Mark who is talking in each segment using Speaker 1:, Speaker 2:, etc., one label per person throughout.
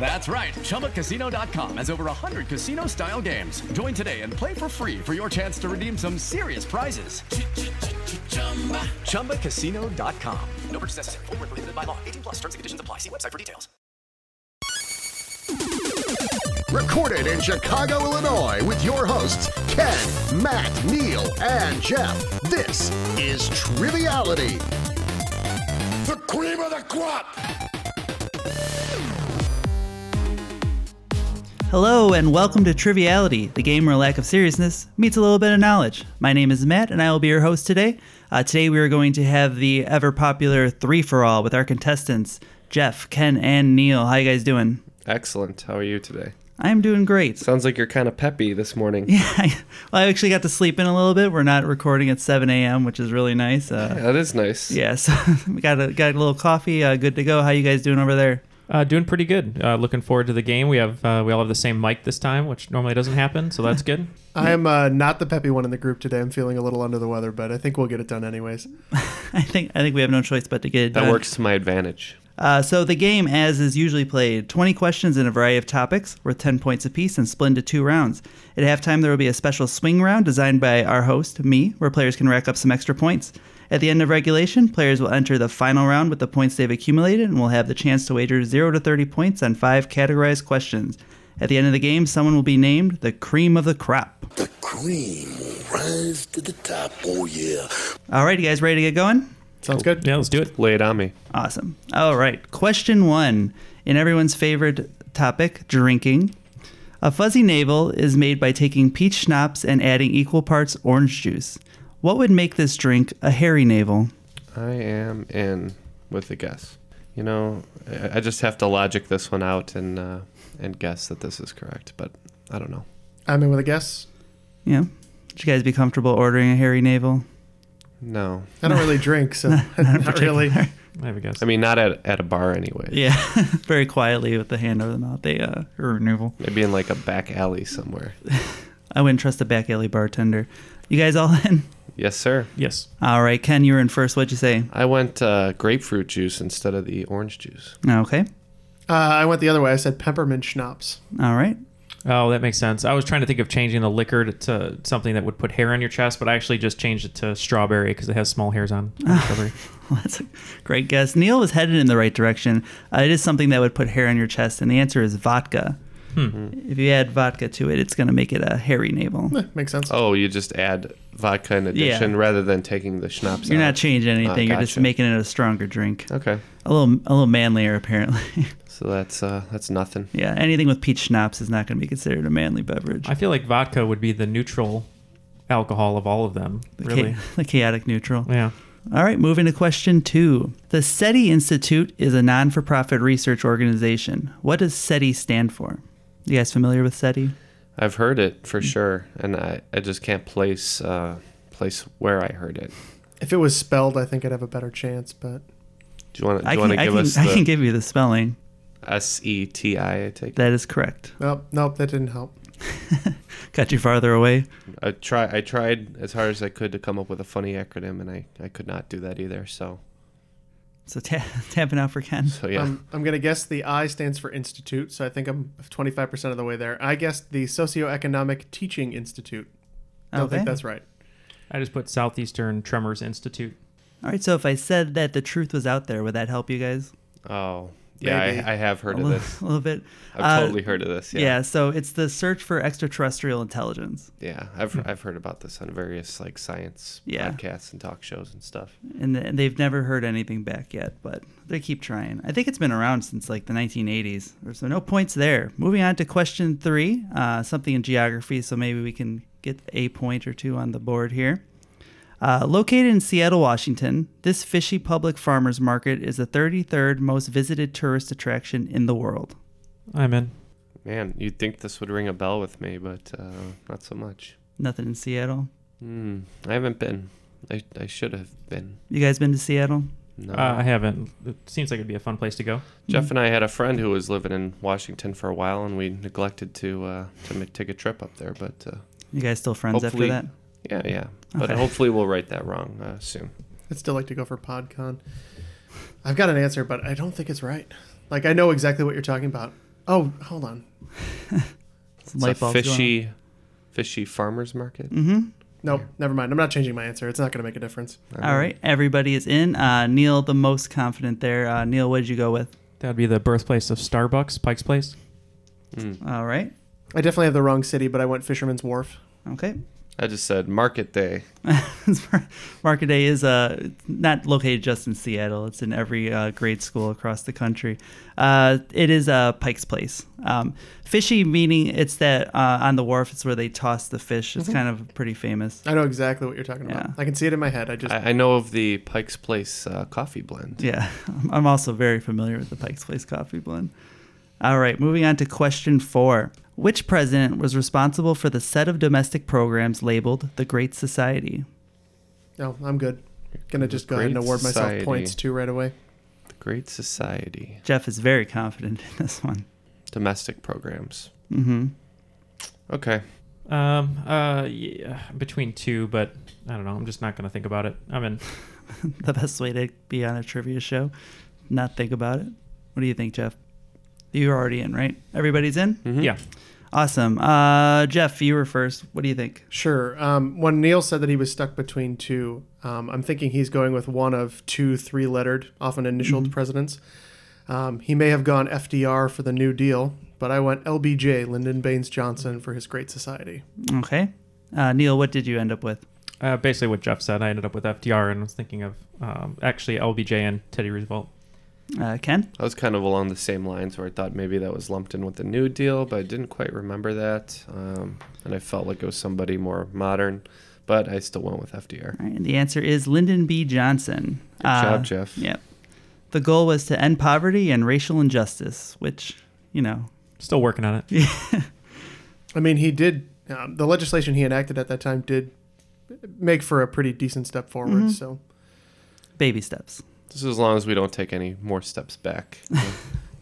Speaker 1: That's right. ChumbaCasino.com has over 100 casino style games. Join today and play for free for your chance to redeem some serious prizes. ChumbaCasino.com. No purchase necessary. Forward, prohibited by law. 18 plus terms and conditions apply. See website for details.
Speaker 2: Recorded in Chicago, Illinois, with your hosts, Ken, Matt, Neil, and Jeff. This is Triviality. The cream of the crop!
Speaker 3: Hello, and welcome to Triviality, the game where lack of seriousness meets a little bit of knowledge. My name is Matt, and I will be your host today. Uh, today, we are going to have the ever popular three for all with our contestants, Jeff, Ken, and Neil. How you guys doing?
Speaker 4: Excellent. How are you today?
Speaker 3: I'm doing great.
Speaker 4: Sounds like you're kind of peppy this morning.
Speaker 3: I, well, I actually got to sleep in a little bit. We're not recording at 7 a.m., which is really nice. Uh,
Speaker 4: That is nice.
Speaker 3: yeah, so we got a, got a little coffee. Uh, good to go. How you guys doing over there?
Speaker 5: Uh, doing pretty good. Uh, looking forward to the game. We have uh, we all have the same mic this time, which normally doesn't happen, so that's good.
Speaker 6: I'm uh, not the peppy one in the group today. I'm feeling a little under the weather, but I think we'll get it done anyways.
Speaker 3: I think I think we have no choice but to get it
Speaker 4: That
Speaker 3: done.
Speaker 4: works to my advantage.
Speaker 3: Uh, so the game, as is usually played, 20 questions in a variety of topics worth 10 points apiece and split into two rounds. At halftime, there will be a special swing round designed by our host, me, where players can rack up some extra points. At the end of regulation, players will enter the final round with the points they've accumulated and will have the chance to wager 0 to 30 points on five categorized questions. At the end of the game, someone will be named the cream of the crop.
Speaker 7: The cream will rise to the top. Oh, yeah.
Speaker 3: All right, you guys ready to get going?
Speaker 6: Sounds good.
Speaker 5: Yeah, let's do it.
Speaker 4: Lay it on me.
Speaker 3: Awesome. All right. Question one. In everyone's favorite topic, drinking, a fuzzy navel is made by taking peach schnapps and adding equal parts orange juice. What would make this drink a hairy navel?
Speaker 4: I am in with a guess. You know, I I just have to logic this one out and uh, and guess that this is correct, but I don't know.
Speaker 6: I'm in with a guess.
Speaker 3: Yeah. Would you guys be comfortable ordering a hairy navel?
Speaker 4: No.
Speaker 6: I don't really drink, so not really. Uh,
Speaker 5: I have a guess.
Speaker 4: I mean, not at, at a bar anyway.
Speaker 3: Yeah. Very quietly with the hand over the mouth. They uh hairy navel.
Speaker 4: Maybe in like a back alley somewhere.
Speaker 3: I wouldn't trust a back alley bartender. You guys all in?
Speaker 4: yes, sir.
Speaker 5: yes.
Speaker 3: All right, Ken, you're in first. What'd you say?
Speaker 4: I went uh, grapefruit juice instead of the orange juice.
Speaker 3: Okay.
Speaker 6: Uh, I went the other way. I said peppermint schnapps.
Speaker 3: All right.
Speaker 5: Oh, that makes sense. I was trying to think of changing the liquor to, to something that would put hair on your chest, but I actually just changed it to strawberry because it has small hairs on. on strawberry.
Speaker 3: Well, That's a great guess. Neil was headed in the right direction. Uh, it is something that would put hair on your chest, and the answer is vodka.
Speaker 5: Hmm.
Speaker 3: If you add vodka to it, it's going to make it a hairy navel.
Speaker 6: Eh, makes sense.
Speaker 4: Oh, you just add vodka in addition rather than taking the schnapps
Speaker 3: You're
Speaker 4: out.
Speaker 3: not changing anything.
Speaker 4: Ah,
Speaker 3: You're just
Speaker 4: gotcha.
Speaker 3: making it a stronger drink.
Speaker 4: Okay.
Speaker 3: A little, a little manlier apparently.
Speaker 4: So that's uh, that's nothing.
Speaker 3: yeah, anything with peach schnapps is not going to be considered a manly beverage.
Speaker 5: I feel like vodka would be the neutral alcohol of all of them.
Speaker 3: Cha-
Speaker 5: Really?
Speaker 3: the chaotic neutral.
Speaker 5: Yeah.
Speaker 3: All right, moving to question two. The SETI Institute is a non-for-profit research organization. What does SETI stand for? You guys familiar with SETI?
Speaker 4: I've heard it
Speaker 3: Mm.
Speaker 4: for sure, and I, I just can't place uh, place where I heard it.
Speaker 6: If it was spelled, I think I'd have a better chance, but
Speaker 4: Do you want to? Do
Speaker 3: I
Speaker 4: you
Speaker 3: can,
Speaker 4: want to
Speaker 3: I
Speaker 4: give
Speaker 3: can,
Speaker 4: us
Speaker 3: I can
Speaker 4: the
Speaker 3: give you the spelling.
Speaker 4: S E T I? I take.
Speaker 3: That is correct.
Speaker 6: nope, nope, that didn't help.
Speaker 3: Got you farther away.
Speaker 4: I try. I tried as hard as I could to come up with a funny acronym, and I, I could not do that either. So
Speaker 3: So ta- tapping out for Ken.
Speaker 4: so yeah.
Speaker 6: Um, I'm going to guess the I stands for institute, so I think I'm 25% of the way there. I guessed the Socioeconomic Teaching Institute. I don't
Speaker 3: Okay.
Speaker 6: think that's right.
Speaker 5: I just put Southeastern Tremors Institute.
Speaker 3: All right. So if I said that the truth was out there, would that help you guys?
Speaker 4: oh Yeah,
Speaker 6: maybe.
Speaker 4: I, I have heard of this.
Speaker 3: a little bit.
Speaker 4: I've
Speaker 3: Uh,
Speaker 4: totally heard of this.
Speaker 3: Yeah.
Speaker 4: Yeah.
Speaker 3: so it's the search for extraterrestrial intelligence,
Speaker 4: Yeah, I've I've heard about this on various like science
Speaker 3: Yeah.
Speaker 4: podcasts and talk shows and stuff.
Speaker 3: and th- they've never heard anything back yet, but they keep trying. I think it's been around since like the 1980s, so no points there. Moving on to question three, uh, something in geography, so maybe we can get a point or two on the board here. Uh, located in Seattle, Washington, this fishy public farmers market is the 33rd most visited tourist attraction in the world.
Speaker 5: I'm in.
Speaker 4: Man, you'd think this would ring a bell with me, but uh, not so much.
Speaker 3: Nothing in Seattle.
Speaker 4: Hmm. I haven't been. I, I should have been.
Speaker 3: You guys been to Seattle?
Speaker 4: No.
Speaker 5: Uh, I haven't. It seems like it'd be a fun place to go.
Speaker 3: Mm-hmm.
Speaker 4: Jeff and I had a friend who was living in Washington for a while, and we neglected to uh, to ma- take a trip up there. But uh,
Speaker 3: You guys still friends
Speaker 4: hopefully,
Speaker 3: after that?
Speaker 4: yeah, yeah. But
Speaker 3: Okay.
Speaker 4: hopefully, we'll right that wrong uh, soon.
Speaker 6: I'd still like to go for PodCon. I've got an answer, but I don't think it's right. Like I know exactly what you're talking about. Oh, hold on.
Speaker 3: Some
Speaker 4: It's
Speaker 3: light
Speaker 4: a
Speaker 3: bulbs going Mm-hmm. off.
Speaker 4: fishy, fishy farmers market.
Speaker 6: Nope, never mind. I'm not changing my answer. It's not going to make a difference.
Speaker 3: All right, everybody is in. Uh, Neil, the most confident there. Uh, Neil, what did you go with?
Speaker 5: That'd be the birthplace of Starbucks, Pike's Place.
Speaker 3: All right,
Speaker 6: I definitely have the wrong city, but I went Fisherman's Wharf.
Speaker 3: okay.
Speaker 4: I just said market day.
Speaker 3: Market Day is uh, not located just in Seattle. It's in every uh, grade school across the country. Uh, it is uh, Pike's Place. Um, fishy meaning it's that uh, on the wharf. It's where they toss the fish. It's kind of pretty famous.
Speaker 6: I know exactly what you're talking about.
Speaker 3: Yeah.
Speaker 6: I can see it in my head. I just
Speaker 4: I, I know of the Pike's Place uh, coffee blend.
Speaker 3: Yeah, I'm also very familiar with the Pike's Place coffee blend. All right, moving on to question four. Which president was responsible for the set of domestic programs labeled the Great Society?
Speaker 6: no, oh, I'm good. Gonna just go ahead and
Speaker 4: Great
Speaker 6: award myself
Speaker 4: society.
Speaker 6: points too right away.
Speaker 4: The Great Society.
Speaker 3: Jeff is very confident in this one.
Speaker 4: Domestic programs. Mm-hmm. Okay.
Speaker 5: Um, uh, yeah, between two, but I don't know. I'm just not gonna think about it. I'm in.
Speaker 3: The best way to be on a trivia show, not think about it. What do you think, Jeff? You're already in, right? Everybody's in?
Speaker 5: Yeah.
Speaker 3: Awesome. Uh, Jeff, you were first. What do you think?
Speaker 6: Sure. Um, when Neil said that he was stuck between two, um, I'm thinking he's going with one of two three lettered, often
Speaker 4: Mm-hmm.
Speaker 6: initialed presidents. Um, he may have gone FDR for the New Deal, but I went LBJ, Lyndon Baines Johnson, for his Great Society.
Speaker 3: Okay. Uh, Neil, what did you end up with?
Speaker 5: Uh, basically what Jeff said. I ended up with FDR and was thinking of um, actually LBJ and Teddy Roosevelt.
Speaker 3: Uh, Ken?
Speaker 4: I was kind of along the same lines where I thought maybe that was lumped in with the New Deal, but I didn't quite remember that. Um, and I felt like it was somebody more modern, but I still went with FDR.
Speaker 3: All right, and the answer is Lyndon B. Johnson. Uh, Good
Speaker 4: job, Jeff.
Speaker 3: Yep. The goal was to end poverty and racial injustice, which, you know,
Speaker 5: Still working on it.
Speaker 6: I mean, he did, um, the legislation he enacted at that time did make for a pretty decent step forward.
Speaker 4: Mm-hmm.
Speaker 6: So
Speaker 3: baby steps.
Speaker 4: This is as long as we don't take any more steps back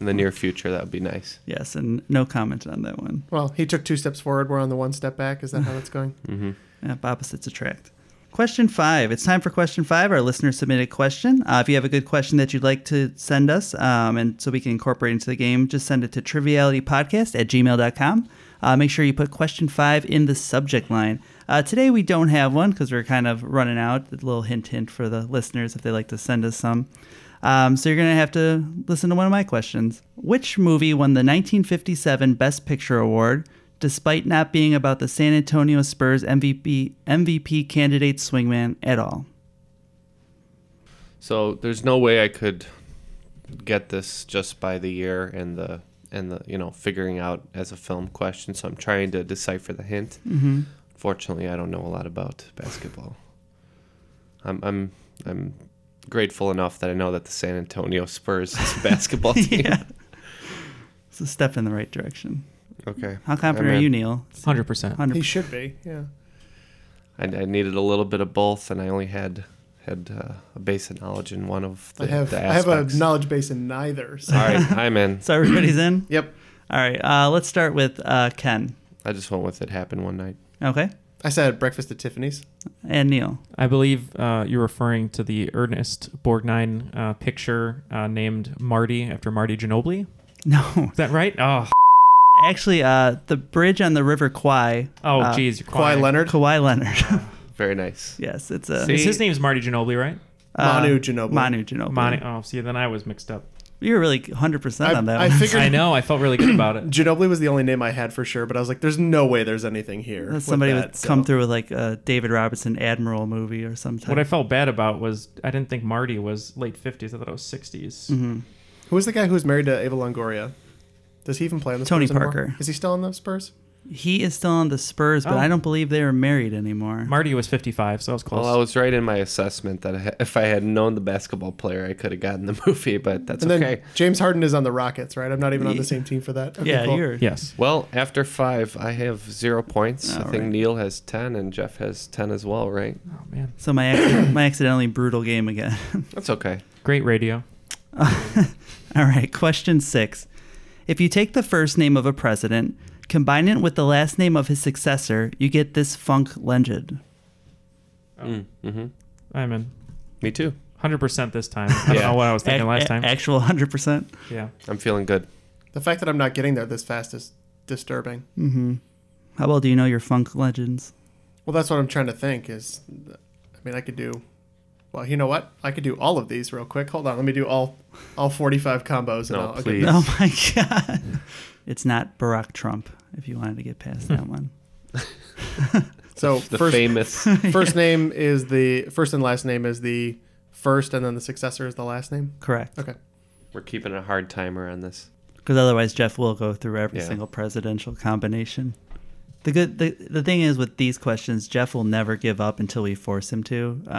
Speaker 4: in the near future. That would be nice.
Speaker 3: Yes, and no comment on that one.
Speaker 6: Well, he took two steps forward. We're on the one step back. Is that how it's going?
Speaker 3: Yep, opposites attract. Question five. It's time for question five, our listener submitted question. Uh, if you have a good question that you'd like to send us um, and so we can incorporate into the game, just send it to trivialitypodcast at gmail.com. Uh, make sure you put question five in the subject line. Uh, today we don't have one because we're kind of running out. A little hint, hint for the listeners if they like to send us some. Um, so you're going to have to listen to one of my questions. Which movie won the 1957 Best Picture Award despite not being about the San Antonio Spurs MVP, MVP candidate swingman at all?
Speaker 4: So there's no way I could get this just by the year and the and the you know figuring out as a film question. So I'm trying to decipher the hint. Mm-hmm. Fortunately, I don't know a lot about basketball. I'm I'm I'm grateful enough that I know that the San Antonio Spurs is a basketball team.
Speaker 3: yeah. It's a step in the right direction.
Speaker 4: Okay.
Speaker 3: How confident
Speaker 4: I'm
Speaker 3: are
Speaker 4: in.
Speaker 3: you, Neil?
Speaker 5: Hundred percent.
Speaker 6: He should be. Yeah.
Speaker 4: I, I needed a little bit of both, and I only had had uh, a basic knowledge in one of the,
Speaker 6: I have,
Speaker 4: the
Speaker 6: I have a
Speaker 4: aspects.
Speaker 6: knowledge base in neither. So.
Speaker 4: All right, I'm in.
Speaker 3: So everybody's in?
Speaker 6: Yep.
Speaker 3: All right. Uh, let's start with uh, Ken.
Speaker 4: I just went with it happened one night.
Speaker 3: Okay.
Speaker 6: I said breakfast at Tiffany's.
Speaker 3: And Neil.
Speaker 5: I believe uh, you're referring to the Ernest Borgnine uh, picture uh, named Marty after Marty Ginobili.
Speaker 3: No.
Speaker 5: Is that right? Oh,
Speaker 3: Actually, uh, the bridge on the River Kwai.
Speaker 5: oh, geez, you're
Speaker 6: Kawhi
Speaker 5: quiet.
Speaker 6: Leonard,
Speaker 3: Kawhi Leonard.
Speaker 4: Very nice.
Speaker 3: yes, it's a.
Speaker 5: Is his name's Marty Ginobili, right?
Speaker 6: uh, Manu Ginobili.
Speaker 3: Uh, Manu Ginobili.
Speaker 5: Monty. Oh, see, then I was mixed up.
Speaker 3: You were really 100%
Speaker 6: I,
Speaker 3: on that
Speaker 6: I
Speaker 3: one.
Speaker 6: figured
Speaker 5: I know. I felt really good about it.
Speaker 6: Ginobili was the only name I had for sure, but I was like, there's no way there's anything here.
Speaker 3: That
Speaker 6: with
Speaker 3: somebody
Speaker 6: that,
Speaker 3: would come
Speaker 6: so.
Speaker 3: through with like a David Robinson Admiral movie or something.
Speaker 5: What I felt bad about was I didn't think Marty was late 50s. I thought it was 60s.
Speaker 6: Who was the guy who was married to Ava Longoria? Does he even play on the
Speaker 3: Tony
Speaker 6: Spurs anymore?
Speaker 3: Parker.
Speaker 6: Is he still on the Spurs?
Speaker 3: he is still on the Spurs, but
Speaker 5: Oh.
Speaker 3: I don't believe they are married anymore.
Speaker 5: Marty was 55, so I was close.
Speaker 4: Well, I was right in my assessment that I ha- if I had known the basketball player, I could have gotten the movie, but that's
Speaker 6: And then
Speaker 4: okay.
Speaker 6: James Harden is on the Rockets, right? I'm not even on the same team for that. Okay,
Speaker 3: yeah,
Speaker 6: cool.
Speaker 3: you're.
Speaker 5: yes.
Speaker 4: Well, after five, I have zero points. I
Speaker 3: All
Speaker 4: think
Speaker 3: right.
Speaker 4: Neil has 10 and Jeff has 10 as well, right?
Speaker 5: Oh, man.
Speaker 3: So my acc- my accidentally brutal game again.
Speaker 4: That's okay.
Speaker 5: Great radio.
Speaker 3: All right, question six. If you take the first name of a president, combine it with the last name of his successor, you get this funk legend.
Speaker 5: I'm in.
Speaker 4: Me too.
Speaker 5: 100% this time. I don't
Speaker 4: Yeah.
Speaker 5: know what I was thinking
Speaker 3: Ac-
Speaker 5: last
Speaker 3: a-
Speaker 5: time.
Speaker 3: Actual 100%.
Speaker 5: yeah.
Speaker 4: I'm feeling good.
Speaker 6: The fact that I'm not getting there this fast is disturbing.
Speaker 3: How well do you know your funk legends?
Speaker 6: Well, that's what I'm trying to think is I mean, I could do well, you know what? I could do all of these real quick. Hold on, let me do all all 45 combos and
Speaker 4: No,
Speaker 6: I'll I'll get
Speaker 4: please.
Speaker 6: this.
Speaker 3: Oh my God. It's not Barack Trump, if you wanted to get past that one.
Speaker 6: So,
Speaker 4: The
Speaker 6: first
Speaker 4: famous.
Speaker 6: first name is the first and last name is the first and then the successor is the last name.
Speaker 3: Correct.
Speaker 6: Okay.
Speaker 4: We're keeping a hard timer on this.
Speaker 3: Because otherwise, Jeff will go through every
Speaker 4: Yeah.
Speaker 3: single presidential combination. The good, the, the thing is with these questions, Jeff will never give up until we force him to, because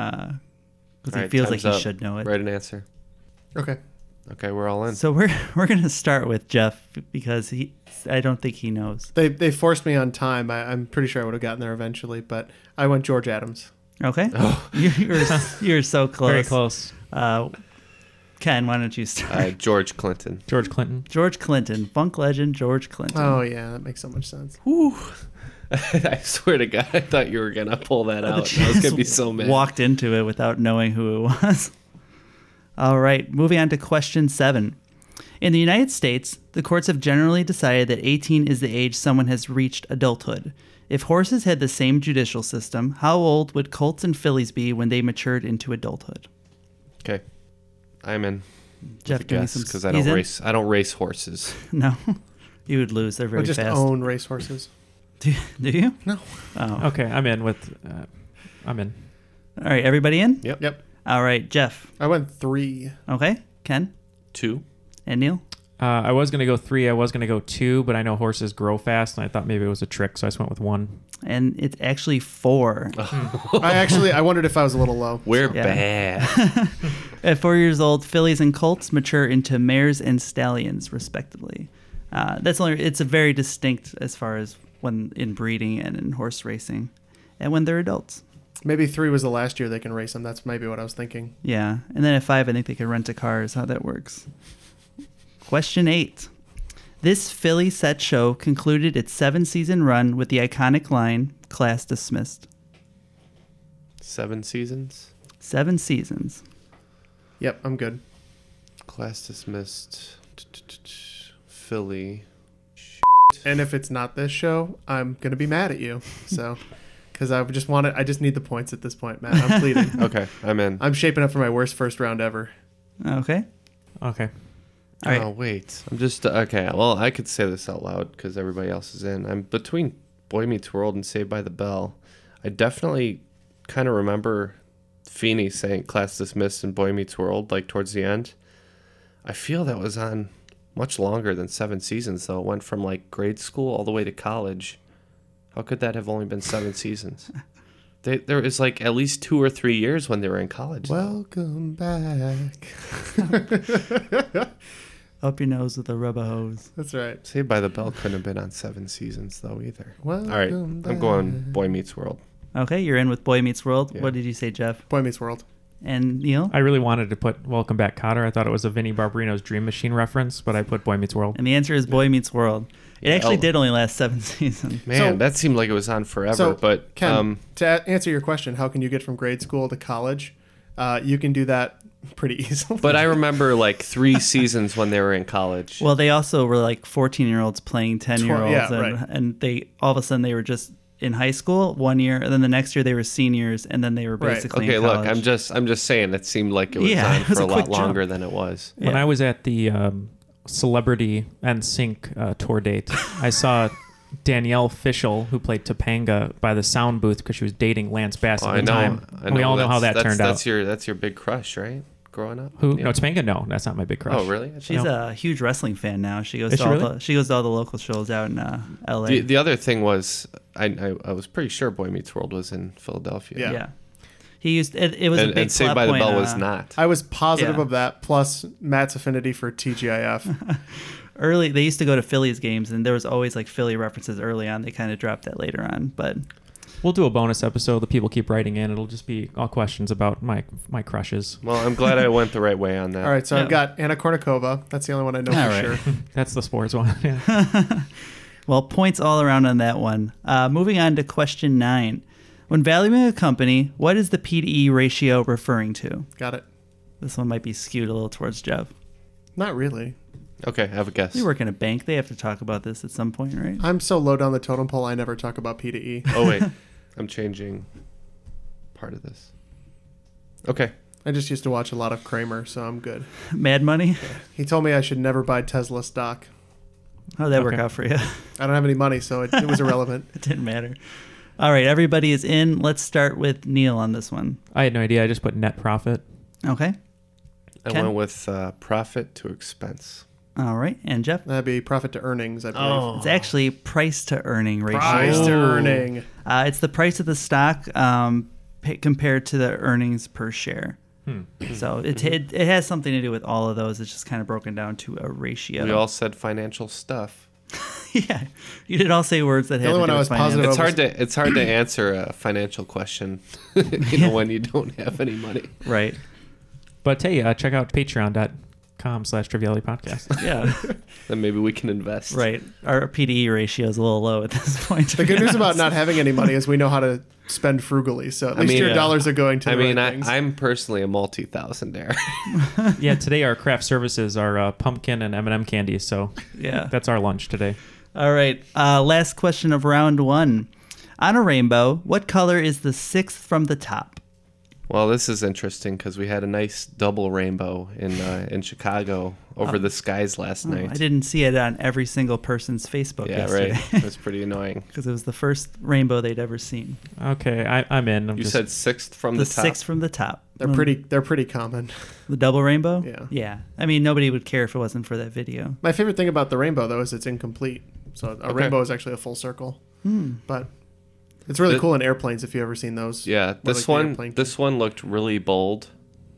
Speaker 4: All
Speaker 3: he
Speaker 4: right,
Speaker 3: feels like
Speaker 4: time's
Speaker 3: he
Speaker 4: up.
Speaker 3: should know it.
Speaker 4: Write an answer.
Speaker 6: Okay.
Speaker 4: Okay, we're all in.
Speaker 3: So we're we're gonna start with Jeff because he, I don't think he knows.
Speaker 6: They they forced me on time. I, I'm pretty sure I would have gotten there eventually, but I went George Adams.
Speaker 3: Okay,
Speaker 4: Oh.
Speaker 3: you, you're s- you're so close.
Speaker 5: Very close.
Speaker 3: Uh, Ken, why don't you start?
Speaker 4: Uh, George Clinton.
Speaker 5: George Clinton.
Speaker 3: George Clinton, funk legend George Clinton.
Speaker 6: Oh yeah, that makes so much sense.
Speaker 4: I swear to God, I thought you were going to pull that out. I was going to be so mad.
Speaker 3: Walked into it without knowing who it was. All right, moving on to question seven. In the United States, the courts have generally decided that 18 is the age someone has reached adulthood. If horses had the same judicial system, how old would colts and fillies be when they matured into adulthood?
Speaker 4: Okay. I'm in.
Speaker 3: Jeff, give me
Speaker 4: Guess
Speaker 3: some.
Speaker 4: because I
Speaker 3: he's
Speaker 4: don't
Speaker 3: in?
Speaker 4: race. I don't race horses.
Speaker 3: No, you would lose. They're
Speaker 6: I
Speaker 3: very
Speaker 6: just
Speaker 3: fast.
Speaker 6: own racehorses.
Speaker 3: Do, do you?
Speaker 5: Okay, I'm in with. Uh, I'm in.
Speaker 3: All right, everybody in.
Speaker 4: Yep.
Speaker 6: Yep.
Speaker 3: All right, Jeff.
Speaker 6: I went three.
Speaker 3: Okay, Ken
Speaker 4: Two.
Speaker 3: and Neil.
Speaker 5: Uh, I was going to go three. I was going to go two, but I know horses grow fast, and I thought maybe it was a trick, so I just went with one.
Speaker 3: And it's actually four.
Speaker 6: I actually I wondered if I was a little low.
Speaker 4: We're
Speaker 3: Yeah.
Speaker 4: bad.
Speaker 3: At four years old, fillies and colts mature into mares and stallions, respectively. Uh, that's only. It's a very distinct as far as when in breeding and in horse racing, and when they're adults.
Speaker 6: Maybe three was the last year they can race them. That's maybe what I was thinking.
Speaker 3: Yeah. And then at five, I think they could rent a car, is how that works. Question eight. This Philly set show concluded its seven season run with the iconic line, class dismissed.
Speaker 4: Seven seasons.
Speaker 3: Seven seasons.
Speaker 6: Yep, I'm good.
Speaker 4: Class dismissed. Philly.
Speaker 6: And if it's not this show, I'm gonna be mad at you. So, because I just want to, I just need the points at this point, Matt. I'm pleading.
Speaker 4: Okay, I'm in.
Speaker 6: I'm shaping up for my worst first round ever.
Speaker 3: Okay.
Speaker 5: Okay.
Speaker 3: All right.
Speaker 4: Oh wait, I'm just okay. Well, I could say this out loud because everybody else is in. I'm between Boy Meets World and Saved by the Bell. I definitely kind of remember Feeney saying "Class dismissed" in Boy Meets World, like towards the end. I feel that was on much longer than seven seasons, though. It went from like grade school all the way to college. How could that have only been seven seasons? They, there was like at least two or three years when they were in college.
Speaker 6: Welcome back.
Speaker 3: Up your nose with a rubber hose.
Speaker 6: That's right.
Speaker 4: Saved by the Bell couldn't have been on seven seasons though either.
Speaker 6: Welcome
Speaker 4: All right,
Speaker 5: um,
Speaker 4: I'm going
Speaker 5: uh,
Speaker 4: Boy Meets World.
Speaker 3: Okay. You're in with Boy Meets World.
Speaker 4: Yeah.
Speaker 3: What did you say, Jeff?
Speaker 6: Boy Meets World.
Speaker 3: And Neil?
Speaker 5: I really wanted to put Welcome Back, Cotter. I thought it was a Vinnie Barbarino's Dream Machine reference, but I put Boy Meets World.
Speaker 3: And the answer is Boy Meets World. It actually
Speaker 4: Oh.
Speaker 3: did only last seven seasons.
Speaker 4: Man,
Speaker 6: So-
Speaker 4: that seemed like it was on forever.
Speaker 6: So,
Speaker 4: but
Speaker 6: Ken,
Speaker 4: um,
Speaker 6: to a- answer your question, how can you get from grade school to college? Uh, you can do that pretty easily.
Speaker 4: but I remember like three seasons when they were in college.
Speaker 3: Well, they also were like 14 year olds playing 10 year olds,
Speaker 6: yeah,
Speaker 3: and,
Speaker 6: right.
Speaker 3: and they all of a sudden they were just in high school one year, and then the next year they were seniors, and then they were
Speaker 6: Right.
Speaker 3: basically
Speaker 4: Okay,
Speaker 3: in
Speaker 4: look,
Speaker 3: college.
Speaker 4: I'm just I'm just saying it seemed like it was
Speaker 3: Yeah,
Speaker 4: on
Speaker 3: it
Speaker 4: for
Speaker 3: was a
Speaker 4: a, lot
Speaker 3: quick jump.
Speaker 4: longer than it was.
Speaker 5: When I was at the um, Celebrity and Sync uh, tour date, I saw Danielle Fishel, who played Topanga, by the sound booth because she was dating Lance Bass at
Speaker 4: I
Speaker 5: the
Speaker 4: know,
Speaker 5: time.
Speaker 4: I
Speaker 5: we all know how that
Speaker 4: that's-
Speaker 5: turned
Speaker 4: that's
Speaker 5: out.
Speaker 4: your that's your big crush, right? Growing up.
Speaker 5: who?
Speaker 4: Yeah.
Speaker 5: No, Topanga. No, that's not my big crush.
Speaker 4: oh, really? I
Speaker 3: She's
Speaker 4: thought-
Speaker 3: a huge wrestling fan now. She goes
Speaker 5: Is
Speaker 3: to
Speaker 5: she
Speaker 3: all
Speaker 5: really?
Speaker 3: the she goes to all the local shows out in uh, L.A.
Speaker 4: the, the other thing was, I, I I was pretty sure Boy Meets World was in Philadelphia.
Speaker 6: Yeah.
Speaker 3: yeah. he used it. It was a
Speaker 4: and,
Speaker 3: big
Speaker 4: and Saved
Speaker 3: plot
Speaker 4: by the
Speaker 3: point,
Speaker 4: Bell
Speaker 3: uh,
Speaker 4: was not.
Speaker 6: I was positive
Speaker 3: Yeah.
Speaker 6: of that. Plus Matt's affinity for TGIF.
Speaker 3: early. They used to go to Phillies games, and there was always like Philly references early on. They kind of dropped that later on, but
Speaker 5: We'll do a bonus episode. The people keep writing in. It'll just be all questions about my my crushes.
Speaker 4: Well, I'm glad I went the right way on that.
Speaker 6: All right, so
Speaker 3: Yeah.
Speaker 6: I've got Anna Kournikova. That's the only one I know
Speaker 3: All
Speaker 6: for
Speaker 3: right.
Speaker 6: sure.
Speaker 5: That's the sports one. Yeah.
Speaker 3: Well, points all around on that one. Uh, moving on to question nine. When valuing a company, what is the P/E ratio referring to?
Speaker 6: Got it.
Speaker 3: This one might be skewed a little towards Jeff.
Speaker 6: Not really.
Speaker 4: Okay, I have a guess.
Speaker 3: You work in a bank; they have to talk about this at some point, right?
Speaker 6: I'm so low down the totem pole. I never talk about P to E.
Speaker 4: oh wait, I'm changing part of this. Okay,
Speaker 6: I just used to watch a lot of Kramer, so I'm good.
Speaker 3: Mad Money.
Speaker 6: He told me I should never buy Tesla stock.
Speaker 3: How'd that work
Speaker 5: Okay.
Speaker 3: out for you?
Speaker 6: I don't have any money, so it, it was irrelevant.
Speaker 3: it didn't matter. All right, everybody is in. Let's start with Neil on this one.
Speaker 5: I had no idea. I just put net profit.
Speaker 3: Okay.
Speaker 4: I
Speaker 3: Ken?
Speaker 4: went with uh, profit to expense.
Speaker 3: All right, and Jeff.
Speaker 6: That'd be profit to earnings, I believe.
Speaker 3: It's actually price to earning ratio.
Speaker 6: Price to earning.
Speaker 3: Uh, it's the price of the stock um, p- compared to the earnings per share.
Speaker 4: Hmm.
Speaker 3: So
Speaker 4: Mm-hmm.
Speaker 3: it, it it has something to do with all of those. It's just kind of broken down to a ratio.
Speaker 4: We all said financial stuff.
Speaker 3: yeah, you did all say words that had
Speaker 6: only
Speaker 3: to
Speaker 6: one
Speaker 3: do
Speaker 6: I
Speaker 3: with
Speaker 6: was positive
Speaker 3: finance.
Speaker 4: It's
Speaker 6: Well,
Speaker 4: hard to it's hard to answer a financial question, you know, when you don't have any money.
Speaker 3: right?
Speaker 5: But hey, uh, check out patreon.com slash triviality podcast.
Speaker 3: Yeah,
Speaker 4: Then maybe we can invest.
Speaker 3: right. Our PDE ratio is a little low at this point. to
Speaker 6: The
Speaker 3: be
Speaker 6: good news
Speaker 3: honest.
Speaker 6: about not having any money is we know how to spend frugally, so at least
Speaker 4: mean,
Speaker 6: your
Speaker 4: yeah.
Speaker 6: dollars are going to the
Speaker 4: I mean,
Speaker 6: right
Speaker 4: I,
Speaker 6: things.
Speaker 4: I'm personally a multi-thousandaire.
Speaker 5: yeah, today our craft services are uh, pumpkin and M&M candy, so
Speaker 3: yeah.
Speaker 5: that's our lunch today.
Speaker 3: All right. Uh, last question of round one. On a rainbow, what color is the sixth from the top?
Speaker 4: well, this is interesting because we had a nice double rainbow in uh, in Chicago
Speaker 6: Oh.
Speaker 4: over the skies last night.
Speaker 3: I didn't see it on every single person's Facebook
Speaker 4: Yeah,
Speaker 3: yesterday
Speaker 4: right. That's pretty annoying.
Speaker 3: because it was the first rainbow they'd ever seen.
Speaker 5: Okay, I, I'm in. I'm
Speaker 4: You
Speaker 5: just-
Speaker 4: said sixth from
Speaker 3: the
Speaker 4: the, top.
Speaker 3: six from the top.
Speaker 6: they're pretty. They're pretty common.
Speaker 3: The double rainbow?
Speaker 6: Yeah.
Speaker 3: Yeah. I mean, nobody would care if it wasn't for that video.
Speaker 6: My favorite thing about the rainbow, though, is it's incomplete. So a rainbow is actually a full circle, but it's really
Speaker 4: The-
Speaker 6: cool in airplanes if you've ever seen those.
Speaker 4: Yeah,
Speaker 6: Where,
Speaker 4: this
Speaker 6: like, the
Speaker 4: one
Speaker 6: airplane-
Speaker 4: this one looked really bold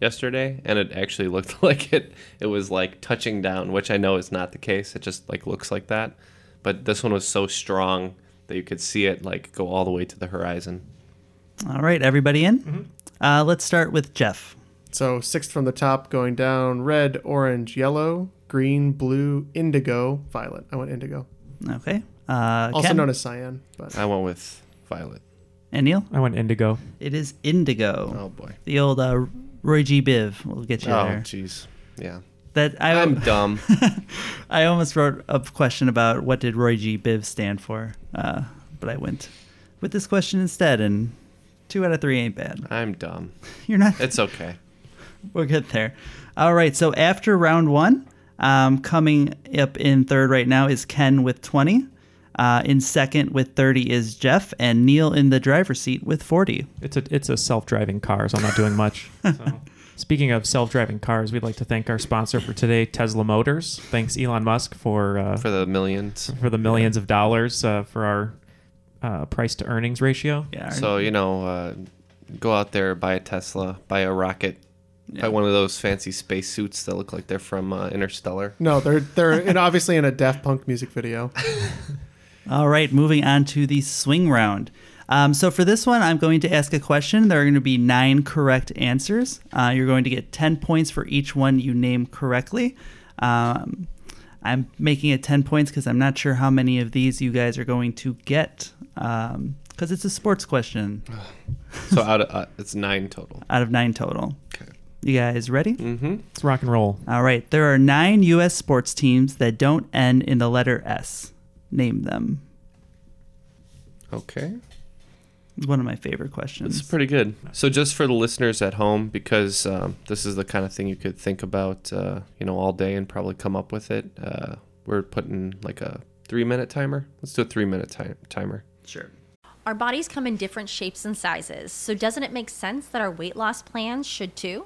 Speaker 4: yesterday, and it actually looked like it it was like touching down, which I know is not the case. It just like looks like that, but this one was so strong that you could see it like go all the way to the horizon.
Speaker 3: All right, everybody in?
Speaker 4: Mm-hmm.
Speaker 3: Uh, let's start with Jeff.
Speaker 6: So sixth from the top, going down: red, orange, yellow, green, blue, indigo, violet. I went indigo,
Speaker 3: Okay. Uh,
Speaker 6: also
Speaker 3: Ken
Speaker 6: known as cyan. But
Speaker 4: I went with violet.
Speaker 3: and Neil.
Speaker 5: I went indigo.
Speaker 3: It is Indigo.
Speaker 4: Oh boy.
Speaker 3: The old uh, Roy G. Biv will get you
Speaker 4: Oh
Speaker 3: there.
Speaker 4: jeez. Yeah.
Speaker 3: That I
Speaker 4: I'm dumb.
Speaker 3: I almost wrote a question about what did Roy G. Biv stand for, uh, but I went with this question instead, and two out of three ain't bad.
Speaker 4: I'm dumb.
Speaker 3: You're not.
Speaker 4: It's okay.
Speaker 3: We'll get there. All right. So after round one, um, coming up in third right now is Ken with 20. Uh, in second with 30 is Jeff, and Neil in the driver's seat with 40.
Speaker 5: It's a it's a self-driving car, so I'm not doing much. So. Speaking of self-driving cars, we'd like to thank our sponsor for today, Tesla Motors. Thanks Elon Musk for uh,
Speaker 4: For the millions.
Speaker 5: for the millions of dollars uh, for our uh, price to earnings ratio.
Speaker 3: Yeah.
Speaker 4: So you know, uh, go out there, buy a Tesla, buy a rocket, buy one of those fancy spacesuits that look like they're from uh, Interstellar.
Speaker 6: no, they're they're and obviously in a Daft Punk music video.
Speaker 3: All right, moving on to the swing round. Um, so for this one, I'm going to ask a question. There are going to be nine correct answers. Uh, you're going to get 10 points for each one you name correctly. Um, I'm making it 10 points because I'm not sure how many of these you guys are going to get because it's a sports question
Speaker 4: So out of uh, it's nine total.
Speaker 3: out of nine total. Okay. You guys ready?
Speaker 5: It's rock and roll.
Speaker 3: All right. There are nine U.S. sports teams that don't end in the letter S. Name them.
Speaker 4: Okay.
Speaker 3: One of my favorite questions.
Speaker 4: It's pretty good. So, just for the listeners at home, because um, this is the kind of thing you could think about, uh, you know, all day and probably come up with it. Uh, we're putting like a three-minute timer. Let's do a three-minute ti- timer.
Speaker 3: sure.
Speaker 8: Our bodies come in different shapes and sizes, so doesn't it make sense that our weight loss plans should too?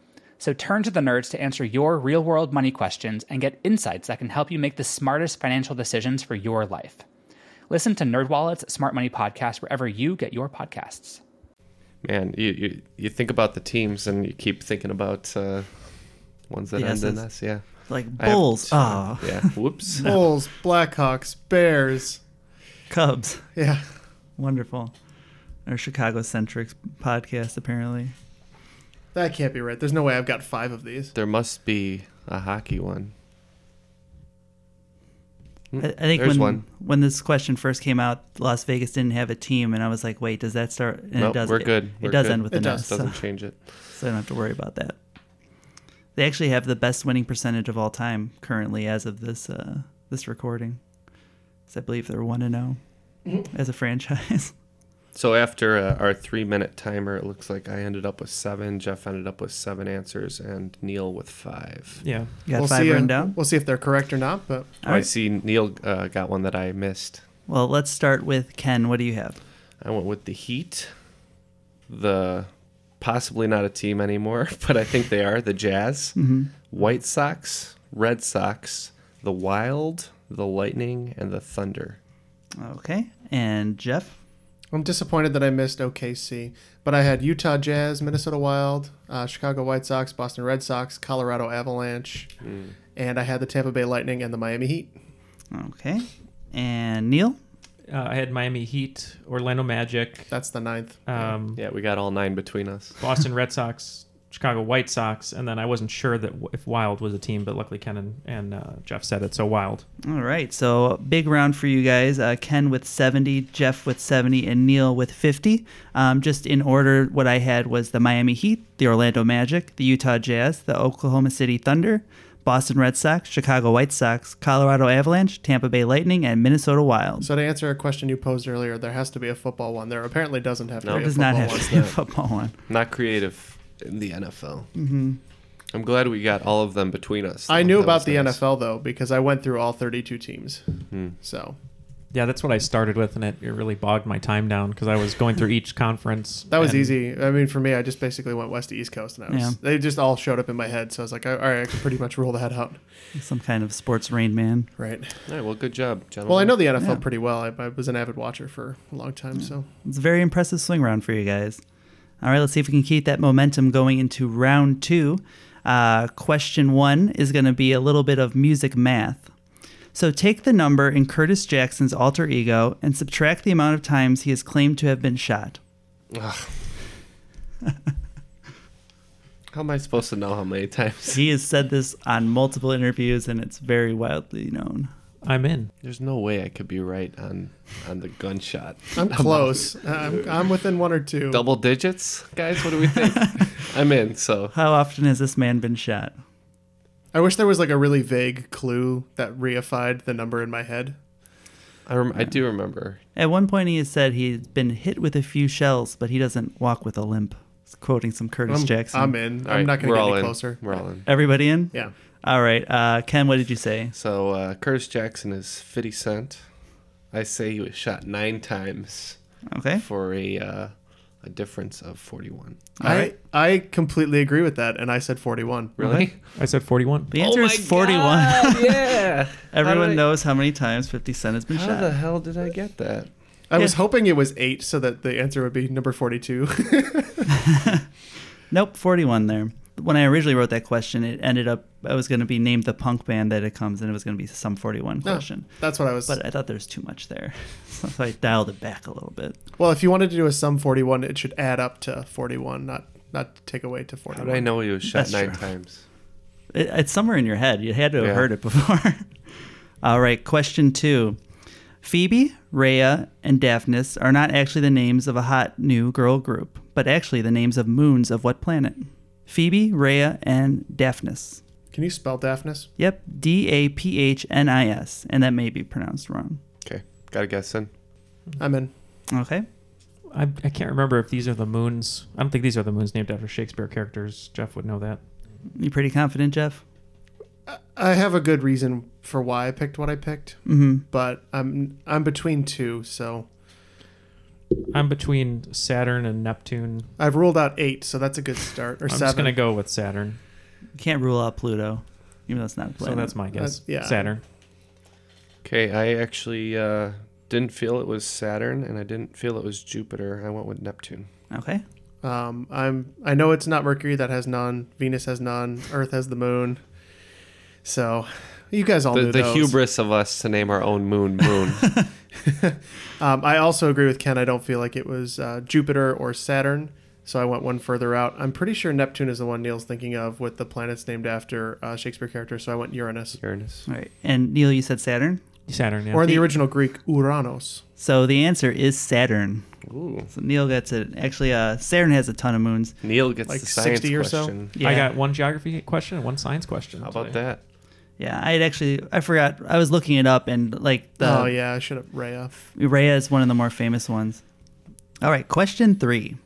Speaker 9: So turn to the nerds to answer your real world money questions and get insights that can help you make the smartest financial decisions for your life. Listen to NerdWallet's Smart Money Podcast wherever you get your podcasts.
Speaker 4: Man, you you, you think about the teams and you keep thinking about uh, ones that
Speaker 3: The
Speaker 4: end in
Speaker 3: S's.
Speaker 4: S. Yeah.
Speaker 3: Like
Speaker 4: I have
Speaker 3: bulls.
Speaker 4: two.
Speaker 3: Ah,
Speaker 4: Yeah. Whoops.
Speaker 6: Bulls, Blackhawks, Bears.
Speaker 3: Cubs.
Speaker 6: Yeah.
Speaker 3: Wonderful. Our Chicago centric podcast, apparently.
Speaker 6: That can't be right. There's no way I've got five of these.
Speaker 4: There must be a hockey one.
Speaker 3: I, I think
Speaker 4: Mm,
Speaker 3: when
Speaker 4: There's one.
Speaker 3: when this question first came out, Las Vegas didn't have a team, and I was like, "Wait, does that start?" And
Speaker 4: No,
Speaker 3: it does.
Speaker 4: we're
Speaker 3: it-
Speaker 4: good.
Speaker 3: It,
Speaker 4: We're
Speaker 3: does
Speaker 4: good.
Speaker 3: end with
Speaker 6: It
Speaker 3: an
Speaker 6: does.
Speaker 3: S, so,
Speaker 4: Doesn't change it.
Speaker 3: so I don't have to worry about that. They actually have the best winning percentage of all time currently, as of this uh, this recording. 'Cause I believe they're one and zero
Speaker 6: Mm-hmm.
Speaker 3: as a franchise.
Speaker 4: So after uh, our three-minute timer, it looks like I ended up with seven. Jeff ended up with seven answers, and Neil with five. Oh,
Speaker 5: Yeah.
Speaker 3: You got five
Speaker 6: see.
Speaker 3: written
Speaker 6: uh,
Speaker 3: down.
Speaker 6: We'll see if they're correct or not. But
Speaker 4: I see Neil uh, got one that I missed.
Speaker 3: Well, let's start with Ken. What do you have?
Speaker 4: I went with the Heat, the possibly not a team anymore, but I think they are the Jazz,
Speaker 3: Mm-hmm.
Speaker 4: White Sox, Red Sox, the Wild, the Lightning, and the Thunder.
Speaker 3: Okay, and Jeff.
Speaker 6: I'm disappointed that I missed OKC. But I had Utah Jazz, Minnesota Wild, uh, Chicago White Sox, Boston Red Sox, Colorado Avalanche, and I had the Tampa Bay Lightning and the Miami Heat.
Speaker 3: Okay, and Neil.
Speaker 5: Uh, I had Miami Heat, Orlando Magic,
Speaker 6: That's the ninth.
Speaker 5: um,
Speaker 4: Yeah, we got all nine between us.
Speaker 5: Boston Red Sox, Chicago White Sox, and then I wasn't sure that w- if Wild was a team, but luckily Ken and, and uh, Jeff said it. So Wild.
Speaker 3: All right, so big round for you guys. Uh, Ken with 70, Jeff with 70, and Neil with 50. Um, just in order, what I had was the Miami Heat, the Orlando Magic, the Utah Jazz, the Oklahoma City Thunder, Boston Red Sox, Chicago White Sox, Colorado Avalanche, Tampa Bay Lightning, and Minnesota Wild.
Speaker 6: So to answer a question you posed earlier, there has to be a football one. There apparently doesn't have to
Speaker 4: No.
Speaker 3: It
Speaker 6: be a
Speaker 3: does
Speaker 6: football
Speaker 3: not have
Speaker 6: one.
Speaker 3: to be a football one.
Speaker 4: Not creative in the NFL. Mm-hmm. I'm glad we got all of them between us.
Speaker 6: I knew about the
Speaker 4: NFL.
Speaker 6: NFL though because I went through all 32 teams. So
Speaker 5: Yeah, that's what I started with, and it, it really bogged my time down because I was going through each conference.
Speaker 6: that was
Speaker 5: and-
Speaker 6: easy. I mean, for me, I just basically went west to east coast, and I was
Speaker 3: Yeah.
Speaker 6: they just all showed up in my head. So I was like, all right, I can pretty much rule that out.
Speaker 3: Some kind of sports rain man.
Speaker 6: Right.
Speaker 4: All right, well, good job, gentlemen.
Speaker 6: Well, I know the NFL pretty well. I, I was an avid watcher for a long time, so
Speaker 3: It's a very impressive swing round for you guys. All right, let's see if we can keep that momentum going into round two. Uh, question one is going to be a little bit of music math. So take the number in Curtis Jackson's alter ego and subtract the amount of times he is claimed to have been shot.
Speaker 4: How am I supposed to know how many times?
Speaker 3: He has said this on multiple interviews and it's very widely known.
Speaker 5: I'm in.
Speaker 4: There's no way I could be right on on the gunshot.
Speaker 6: I'm close. I'm, I'm within one or two.
Speaker 4: Double digits, guys. What do we think? I'm in. So
Speaker 3: How often has this man been shot?
Speaker 6: I wish there was like a really vague clue that reified the number in my head.
Speaker 4: I rem- I do remember.
Speaker 3: At one point, he has said he's been hit with a few shells, but he doesn't walk with a limp. It's quoting some Curtis
Speaker 6: I'm,
Speaker 3: Jackson.
Speaker 6: I'm in.
Speaker 4: All
Speaker 6: I'm
Speaker 4: right,
Speaker 6: not going
Speaker 4: we're
Speaker 6: to get
Speaker 4: all
Speaker 6: any
Speaker 4: in.
Speaker 6: closer.
Speaker 4: We're all in.
Speaker 3: Everybody in?
Speaker 6: Yeah.
Speaker 3: All right. Uh, Ken, what did you say?
Speaker 4: So uh, Curtis Jackson is 50 Cent. I say he was shot nine times
Speaker 6: Eh?
Speaker 3: Okay.
Speaker 4: for a uh, a difference of 41.
Speaker 6: I, I completely agree with that, and I said 41.
Speaker 4: Really?
Speaker 5: I said 41.
Speaker 3: The answer is 41.
Speaker 4: Oh yeah.
Speaker 3: Everyone
Speaker 4: I-
Speaker 3: knows how many times 50 Cent has been
Speaker 4: How
Speaker 3: shot.
Speaker 4: the hell did I get that?
Speaker 6: I was hoping it was eight so that the answer would be number 42.
Speaker 3: Nope, 41 there. When I originally wrote that question, it ended up, I was going to be named the punk band that it comes, and it was going to be some
Speaker 4: Oh.
Speaker 3: 41 question.
Speaker 6: That's what I was.
Speaker 3: But uh, I thought there's too much there. So I dialed it back a little bit.
Speaker 6: well, if you wanted to do a sum 41, it should add up to 41, not not take away to
Speaker 4: How
Speaker 6: 41.
Speaker 4: did I know he was shot
Speaker 3: That's
Speaker 4: nine
Speaker 3: true.
Speaker 4: times?
Speaker 3: It, it's somewhere in your head. You had to have
Speaker 4: Yeah.
Speaker 3: heard it before. All right, question two. Phoebe, Rhea, and Daphnis are not actually the names of a hot new girl group, but actually the names of moons of what planet? Phoebe, Rhea, and Daphnis.
Speaker 6: Can you spell Daphnis?
Speaker 3: Yep, D A P H N I S, and that may be pronounced wrong.
Speaker 4: Okay, got a guess in. Mm-hmm.
Speaker 6: I'm in.
Speaker 3: Okay.
Speaker 5: I, I can't remember if these are the moons. I don't think these are the moons named after Shakespeare characters. Jeff would know that.
Speaker 3: You pretty confident, Jeff?
Speaker 6: I have a good reason for why I picked what I picked,
Speaker 4: Mm-hmm.
Speaker 6: but I'm I'm between two, so
Speaker 5: I'm between Saturn and Neptune.
Speaker 6: I've ruled out eight, so that's a good start. Or
Speaker 5: I'm just
Speaker 6: 7
Speaker 5: gonna go with Saturn.
Speaker 3: You can't rule out Pluto, even though it's not a
Speaker 5: So
Speaker 3: planet.
Speaker 5: that's my guess.
Speaker 6: That's- yeah.
Speaker 5: Saturn.
Speaker 4: Okay, I actually uh, didn't feel it was Saturn, and I didn't feel it was Jupiter. I went with Neptune.
Speaker 3: Okay.
Speaker 6: Um, I'm I know it's not Mercury that has none. Venus has none. Earth has the moon. So, you guys all
Speaker 4: The,
Speaker 6: knew
Speaker 4: the
Speaker 6: those.
Speaker 4: hubris of us to name our own moon moon.
Speaker 6: Um, I also agree with Ken. I don't feel like it was uh, Jupiter or Saturn, so I went one further out. I'm pretty sure Neptune is the one Neil's thinking of with the planets named after uh, Shakespeare characters, so I went Uranus.
Speaker 4: Uranus.
Speaker 3: All right. And Neil, you said Saturn?
Speaker 5: Saturn. Yeah.
Speaker 6: Or in the original Greek, Uranos.
Speaker 3: So the answer is Saturn.
Speaker 4: Ooh.
Speaker 3: So Neil gets it. Actually, uh, Saturn has a ton of moons.
Speaker 4: Neil gets
Speaker 6: Like
Speaker 4: the science
Speaker 6: 60 or so?
Speaker 4: question.
Speaker 3: Yeah.
Speaker 5: I got one geography question and one science question.
Speaker 4: How about
Speaker 5: today.
Speaker 4: that?
Speaker 3: Yeah, I had actually I forgot. I was looking it up, and like the
Speaker 6: oh yeah, I should have Rhea.
Speaker 3: Rhea is one of the more famous ones. All right, question three.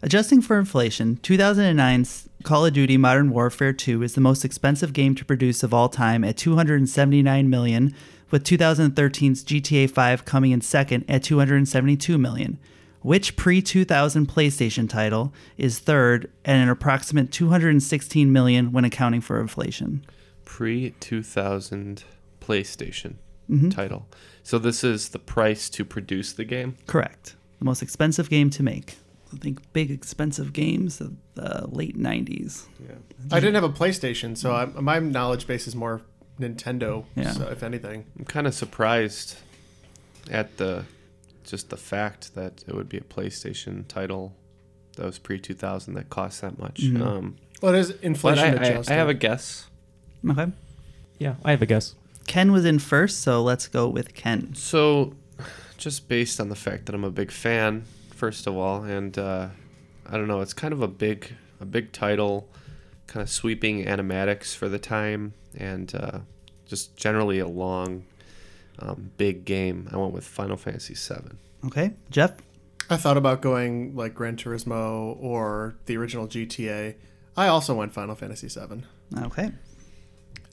Speaker 3: Adjusting for inflation, 2009's Call of Duty Modern Warfare 2 is the most expensive game to produce of all time at 279 million, with 2013's GTA 5 coming in second at 272 million. Which pre-2000 PlayStation title is third at an approximate 216 million when accounting for inflation?
Speaker 4: Pre 2000 PlayStation
Speaker 6: Mm-hmm.
Speaker 4: title. So this is the price to produce the game.
Speaker 3: Correct. The most expensive game to make. I think big expensive games of the late 90s.
Speaker 6: I didn't have a PlayStation, so I, my knowledge base is more Nintendo,
Speaker 3: Yeah.
Speaker 6: so, if anything.
Speaker 4: I'm kind of surprised at the just the fact that it would be a PlayStation title that was pre 2000 that cost that much. Um,
Speaker 6: Well, it is
Speaker 4: but I,
Speaker 6: Mm-hmm. inflation
Speaker 4: I,
Speaker 6: adjusted.
Speaker 4: I have a guess.
Speaker 3: Okay.
Speaker 5: Yeah, I have a guess.
Speaker 3: Ken was in first, so let's go with Ken.
Speaker 4: So, just based on the fact that I'm a big fan, first of all, and uh, I don't know, it's kind of a big, a big title, kind of sweeping animatics for the time, and uh, just generally a long, um, big game. I went with Final Fantasy VII.
Speaker 3: Okay. Jeff?
Speaker 6: I thought about going like Gran Turismo or the original GTA. I also went Final Fantasy VII.
Speaker 3: Okay.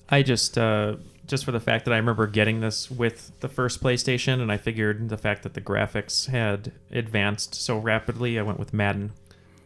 Speaker 5: I just uh, just for the fact that I remember getting this with the first PlayStation, and I figured the fact that the graphics had advanced so rapidly, I went with Madden.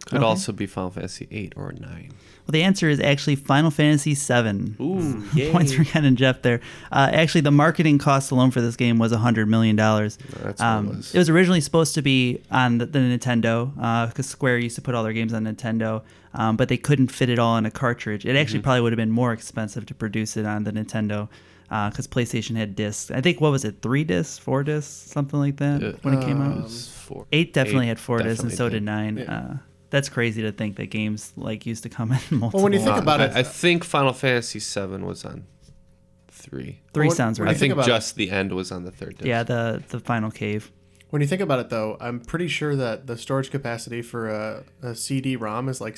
Speaker 4: Could also be Final Fantasy VIII or nine.
Speaker 3: Well, the answer is actually Final Fantasy VII.
Speaker 4: Ooh,
Speaker 3: Points for Ken and Jeff there. Uh, actually, the marketing cost alone for this game was $100 million. Um,
Speaker 4: what it was.
Speaker 3: It was originally supposed to be on the, the Nintendo because Square used to put all their games on Nintendo, um, but they couldn't fit it all in a cartridge. It actually probably would have been more expensive to produce it on the Nintendo. because PlayStation had discs. I think what was it, three discs, four discs, something like that when it came out.
Speaker 4: Uh, four-
Speaker 3: eight definitely
Speaker 4: eight
Speaker 3: had four discs, and
Speaker 4: definitely
Speaker 3: so
Speaker 4: did.
Speaker 3: did nine. Uh, that's crazy to think that games like used to come in multiple.
Speaker 6: Well, when you think about
Speaker 4: I,
Speaker 6: it,
Speaker 4: I think Final Fantasy VII was on three.
Speaker 3: three
Speaker 6: Well,
Speaker 3: sounds
Speaker 6: when
Speaker 3: right.
Speaker 4: I
Speaker 6: you think
Speaker 4: think
Speaker 6: about
Speaker 4: just the end was on the third disc.
Speaker 3: yeah, the the final cave.
Speaker 6: When you think about it, though, I'm pretty sure that the storage capacity for a, a CD-ROM is like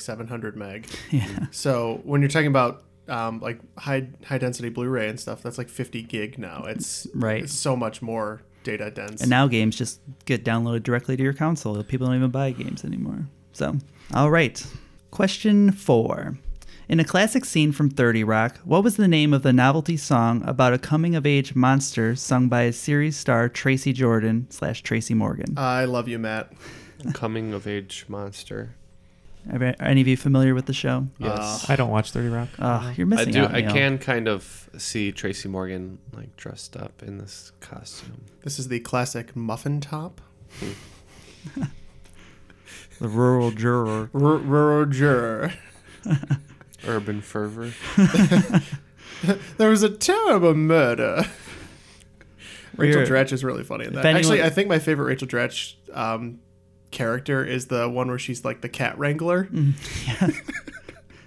Speaker 6: 700 meg. Yeah. So when you're talking about um, like high high density Blu-ray and stuff, that's like 50 gig now. It's
Speaker 3: Right.
Speaker 6: it's so much more data dense.
Speaker 3: And now games just get downloaded directly to your console. People don't even buy games anymore. So, all right. Question four. In a classic scene from 30 Rock, what was the name of the novelty song about a coming of age monster sung by series star Tracy Jordan slash Tracy Morgan?
Speaker 6: I love you, Matt.
Speaker 4: Coming of age monster.
Speaker 3: Are, are any of you familiar with the show?
Speaker 4: Yes.
Speaker 5: I don't watch Thirty Rock.
Speaker 3: Ah, you're
Speaker 4: I
Speaker 3: missing
Speaker 4: do.
Speaker 3: out.
Speaker 4: I
Speaker 3: Neil.
Speaker 4: can kind of see Tracy Morgan like dressed up in this costume.
Speaker 6: This is the classic muffin top.
Speaker 3: The rural juror.
Speaker 6: R- Roger.
Speaker 4: Urban fervor.
Speaker 6: There was a terrible murder. Rachel
Speaker 3: We're-
Speaker 6: Dratch is really funny in that.
Speaker 3: anyone-
Speaker 6: Actually, I think my favorite Rachel Dratch um, character is the one where she's like the cat wrangler.
Speaker 3: Mm-hmm.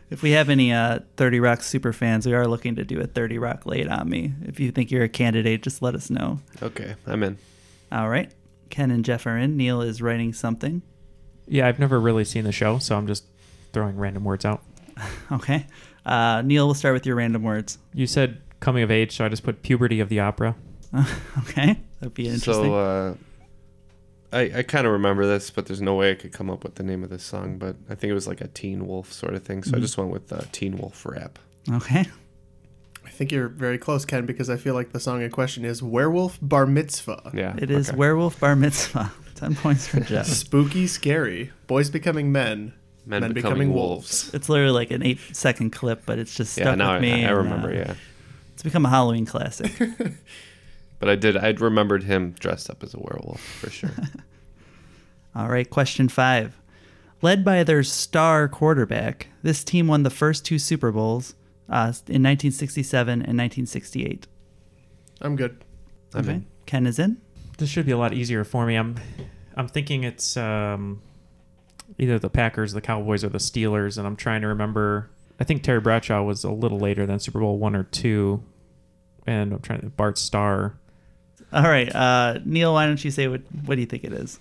Speaker 3: If we have any uh, 30 Rock super fans, we are looking to do a 30 Rock late on me. If you think you're a candidate, just let us know.
Speaker 4: Okay, I'm in.
Speaker 3: All right. Ken and Jeff are in. Neil is writing something.
Speaker 5: Yeah, I've never really seen the show, so I'm just throwing random words out.
Speaker 3: Okay. Uh, Neil, we'll start with your random words.
Speaker 5: You said coming of age, so I just put puberty of the opera.
Speaker 3: Okay. That'd be interesting.
Speaker 4: So uh, I I kind of remember this, but there's no way I could come up with the name of this song. But I think it was like a Teen Wolf sort of thing. So I just went with uh, Teen Wolf rap.
Speaker 3: okay.
Speaker 6: I think you're very close, Ken, because I feel like the song in question is Werewolf Bar Mitzvah.
Speaker 4: Yeah,
Speaker 3: It is
Speaker 4: okay.
Speaker 3: Werewolf Bar Mitzvah. 10 points for Jeff.
Speaker 6: Spooky, scary. Boys becoming men.
Speaker 4: Men becoming wolves.
Speaker 3: It's literally like an eight second clip, but it's just stuck
Speaker 4: Yeah, now
Speaker 3: with
Speaker 4: I,
Speaker 3: me.
Speaker 4: I
Speaker 3: and,
Speaker 4: remember.
Speaker 3: uh,
Speaker 4: Yeah,
Speaker 3: It's become a Halloween classic.
Speaker 4: but I did. I'd remembered him dressed up as a werewolf for sure.
Speaker 3: All right, question five. Led by their star quarterback, this team won the first two Super Bowls uh, in 1967 and 1968.
Speaker 6: I'm good.
Speaker 4: I mean,
Speaker 3: Ken is in.
Speaker 5: This should be a lot easier for me. I'm, I'm thinking it's um, either the Packers, the Cowboys, or the Steelers, and I'm trying to remember. I think Terry Bradshaw was a little later than Super Bowl one or two, and I'm trying to Bart Starr,
Speaker 3: All right, uh, Neil, why don't you say what, what do you think it is?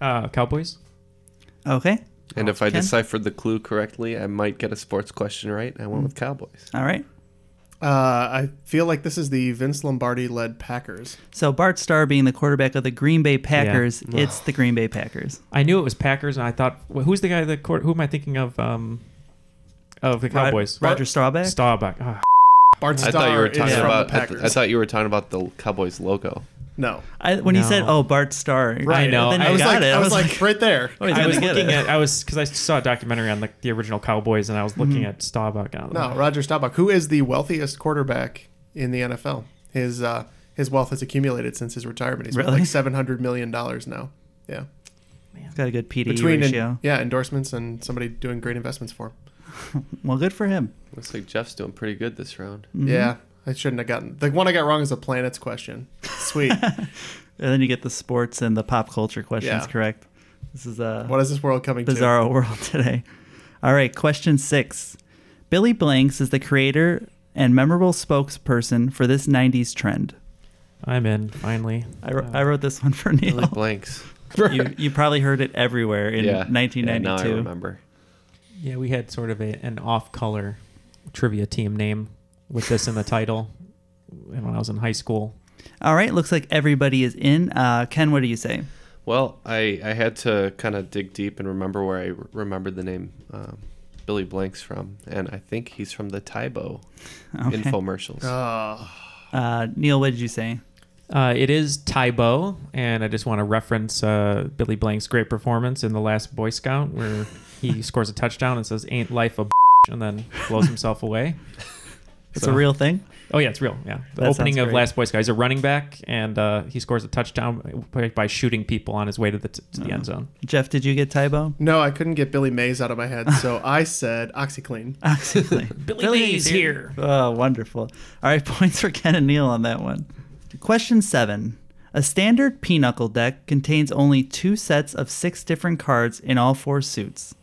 Speaker 5: uh, Cowboys.
Speaker 3: Okay.
Speaker 4: and if I
Speaker 3: Ken?
Speaker 4: deciphered the clue correctly, I might get a sports question right. I
Speaker 3: Hmm.
Speaker 4: went with Cowboys.
Speaker 3: All right.
Speaker 6: Uh, I feel like this is the Vince Lombardi led Packers.
Speaker 3: So Bart Starr being the quarterback of the Green Bay Packers, it's the Green Bay Packers.
Speaker 5: I knew it was Packers, and I thought, wh- who's the guy? The court? Who am I thinking of? Um, of the Cowboys.
Speaker 3: Roger Staubach.
Speaker 5: Staubach. Ah,
Speaker 6: Bart Starr
Speaker 4: I thought you were
Speaker 6: is
Speaker 4: talking
Speaker 6: from
Speaker 4: about.
Speaker 6: the
Speaker 4: I, th-
Speaker 6: Packers.
Speaker 4: I thought you were talking about the Cowboys logo.
Speaker 6: no.
Speaker 3: I, when you said,
Speaker 5: No.
Speaker 3: "Oh, Bart Starr,"
Speaker 5: Right. I know.
Speaker 3: Then you
Speaker 5: I was
Speaker 3: got
Speaker 6: like,
Speaker 3: it.
Speaker 6: I was like, right there.
Speaker 3: "Oh, he's
Speaker 5: I
Speaker 3: gonna
Speaker 5: was
Speaker 3: get
Speaker 5: looking
Speaker 3: it."
Speaker 5: at. I was because I saw a documentary on like the original Cowboys, and I was looking at Staubach. and I was like,
Speaker 6: No, Roger Staubach, who is the wealthiest quarterback in the NFL. His uh, his wealth has accumulated since his retirement. He's worth
Speaker 3: Really?
Speaker 6: like seven hundred million dollars now. Yeah,
Speaker 3: He's got a good PD
Speaker 6: between
Speaker 3: ratio.
Speaker 6: en- yeah endorsements and somebody doing great investments for him.
Speaker 3: Well, good for him.
Speaker 4: Looks like Jeff's doing pretty good this round.
Speaker 3: Mm-hmm.
Speaker 6: Yeah, I shouldn't have gotten the one I got wrong is the planets question. Sweet.
Speaker 3: And then you get the sports and the pop culture questions
Speaker 6: Yeah.
Speaker 3: correct. This is a
Speaker 6: what is this world coming
Speaker 3: bizarre world today. All right, question six. Billy Blanks is the creator and memorable spokesperson for this 90s trend.
Speaker 5: I'm in finally.
Speaker 3: I, wr- I wrote this one for
Speaker 4: Uh, Billy
Speaker 3: Neil.
Speaker 4: Blanks.
Speaker 3: You, you probably heard it everywhere in
Speaker 4: yeah, Yeah, now I
Speaker 3: 1992.
Speaker 4: remember.
Speaker 5: Yeah, we had sort of a, an off-color trivia team name with this in the title, and when I was in high school,
Speaker 3: All right, looks like everybody is in. Uh, Ken, what do you say?
Speaker 4: Well, I, I had to kind of dig deep and remember where I r- remembered the name um, Billy Blanks from, and I think he's from the Tybo
Speaker 3: Okay.
Speaker 4: infomercials.
Speaker 6: to? Uh,
Speaker 3: Uh, Neil, what did you say?
Speaker 5: uh, it is Tybo, and I just want to reference uh, Billy Blank's great performance in the last Boy Scout, where he scores a touchdown and says "Ain't life a," bitch," and then blows himself away.
Speaker 3: It's a real thing.
Speaker 5: Oh yeah, it's real. Yeah, the
Speaker 3: That
Speaker 5: opening
Speaker 3: sounds
Speaker 5: of
Speaker 3: great.
Speaker 5: Last Boy Scout. He's a running back, and uh, he scores a touchdown by, by shooting people on his way to the t- to the
Speaker 3: Uh-huh.
Speaker 5: end zone.
Speaker 3: Jeff, did you get Tybo?
Speaker 6: No, I couldn't get Billy Mays out of my head, so I said OxyClean.
Speaker 3: Absolutely.
Speaker 5: Billy, Mays here.
Speaker 3: Oh, wonderful. All right, points for Ken and Neil on that one. Question seven. A standard pinochle deck contains only two sets of six different cards in all four suits.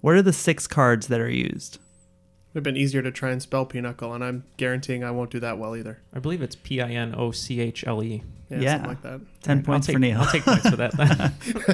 Speaker 3: What are the six cards that are used?
Speaker 6: It would have been easier to try and spell Pinochle, and I'm guaranteeing I won't do that well either.
Speaker 5: I believe it's P I N O C H L E.
Speaker 6: Yeah,
Speaker 3: Yeah.
Speaker 6: something like that.
Speaker 3: 10 points
Speaker 5: take,
Speaker 3: for Neil.
Speaker 5: I'll take points for that.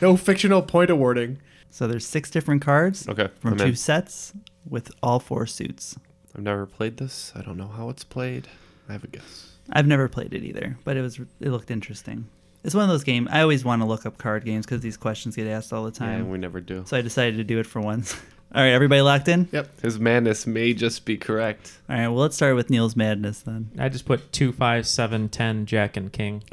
Speaker 6: No fictional point awarding.
Speaker 3: so there's six different cards
Speaker 4: Okay,
Speaker 3: from
Speaker 4: I'm
Speaker 3: two
Speaker 4: in.
Speaker 3: sets with all four suits.
Speaker 4: I've never played this. I don't know how it's played. I have a guess.
Speaker 3: I've never played it either, but it was it looked interesting. It's one of those games I always want to look up card games because these questions get asked all the
Speaker 4: Yeah,
Speaker 3: time.
Speaker 4: we never do.
Speaker 3: so I decided to do it for once. all right, everybody locked in?
Speaker 6: Yep.
Speaker 4: His madness may just be correct.
Speaker 3: All right, well, let's start with Neil's Madness then.
Speaker 5: I just put two, five, seven, ten, Jack and King.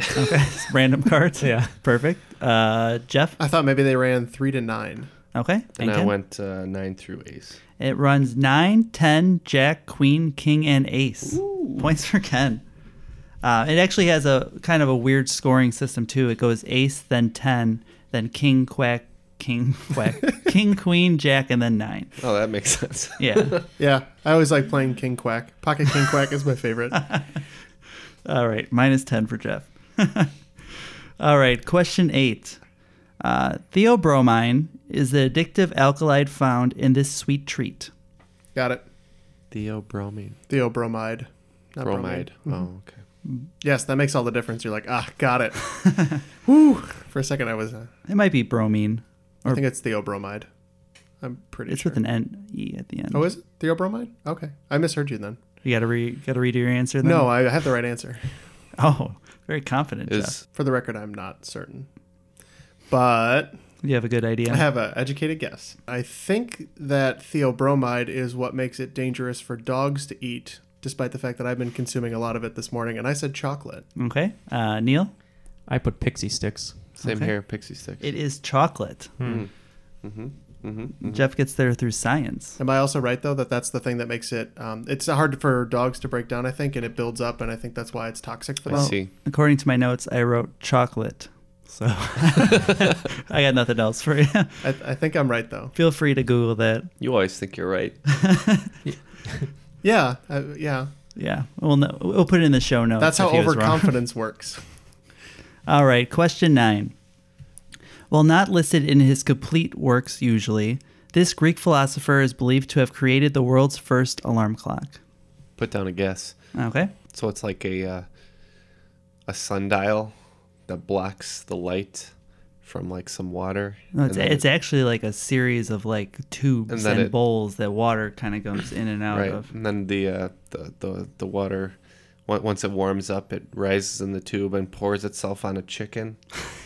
Speaker 3: Random cards?
Speaker 5: Yeah.
Speaker 3: Perfect. Uh, Jeff?
Speaker 6: I thought maybe they ran three to nine.
Speaker 3: Okay.
Speaker 4: And I
Speaker 3: Ken?
Speaker 4: went uh, nine through ace.
Speaker 3: It runs 9, 10, Jack, Queen, King, and Ace. Points for Ken. Uh, it actually has a kind of a weird scoring system, too. It goes Ace, then 10, then King, Quack, King, Quack, King, Queen, Jack, and then 9.
Speaker 4: Oh, that makes sense.
Speaker 3: Yeah.
Speaker 6: Yeah, I always like playing King Quack. Pocket King Quack is my favorite.
Speaker 3: All right, minus 10 for Jeff. All right, question eight. Uh, theobromine is the addictive alkaloid found in this sweet treat.
Speaker 6: Got it.
Speaker 4: Theobromine.
Speaker 6: Theobromide. Not Mm-hmm.
Speaker 4: Bromide. Oh, okay.
Speaker 6: Yes, that makes all the difference. You're like, ah, got it. Woo! For a second, I was. Uh,
Speaker 3: It might be bromine.
Speaker 6: I think it's theobromide. I'm pretty
Speaker 3: It's
Speaker 6: sure.
Speaker 3: with an N E at the end.
Speaker 6: oh, is it theobromide? Okay, I misheard you then.
Speaker 3: you gotta re gotta redo your answer then?
Speaker 6: No, I have the right answer.
Speaker 3: Oh, very confident, Jeff.
Speaker 4: Is
Speaker 6: For the record, I'm not certain, but
Speaker 3: You have a good idea.
Speaker 6: I have an educated guess. I think that theobromide is what makes it dangerous for dogs to eat, despite the fact that I've been consuming a lot of it this morning. And I said chocolate.
Speaker 3: okay. Uh, Neil?
Speaker 5: I put Pixie Sticks.
Speaker 4: same
Speaker 3: Okay.
Speaker 4: here, pixie sticks. Mm-hmm.
Speaker 3: It is chocolate.
Speaker 6: Mm-hmm.
Speaker 3: Jeff gets there through science.
Speaker 6: Am I also right though that that's the thing that makes it? Um, it's hard for dogs to break down, I think, and it builds up, and I think that's why it's toxic for
Speaker 4: I
Speaker 6: them.
Speaker 4: see.
Speaker 3: According to my notes, I wrote chocolate. So I got nothing else for you.
Speaker 6: I, I think I'm right though.
Speaker 3: Feel free to Google that.
Speaker 4: You always think you're right.
Speaker 6: Yeah, I, yeah.
Speaker 3: Yeah. Well, no, we'll put it in the show notes.
Speaker 6: That's how
Speaker 3: if he was wrong.
Speaker 6: overconfidence works.
Speaker 3: All right. Question nine. While not listed in his complete works usually, this Greek philosopher is believed to have created the world's first alarm clock.
Speaker 4: Put down a guess.
Speaker 3: Okay.
Speaker 4: So it's like a uh, a sundial that blocks the light from like some water.
Speaker 3: No, it's,
Speaker 4: And then
Speaker 3: it's
Speaker 4: it-
Speaker 3: actually like a series of like
Speaker 4: And
Speaker 3: tubes
Speaker 4: then
Speaker 3: and,
Speaker 4: it-
Speaker 3: bowls that water kind of goes in and out
Speaker 4: right,
Speaker 3: of.
Speaker 4: and then the, uh, the the the water. on- Once it warms up, it rises in the tube and pours itself on a chicken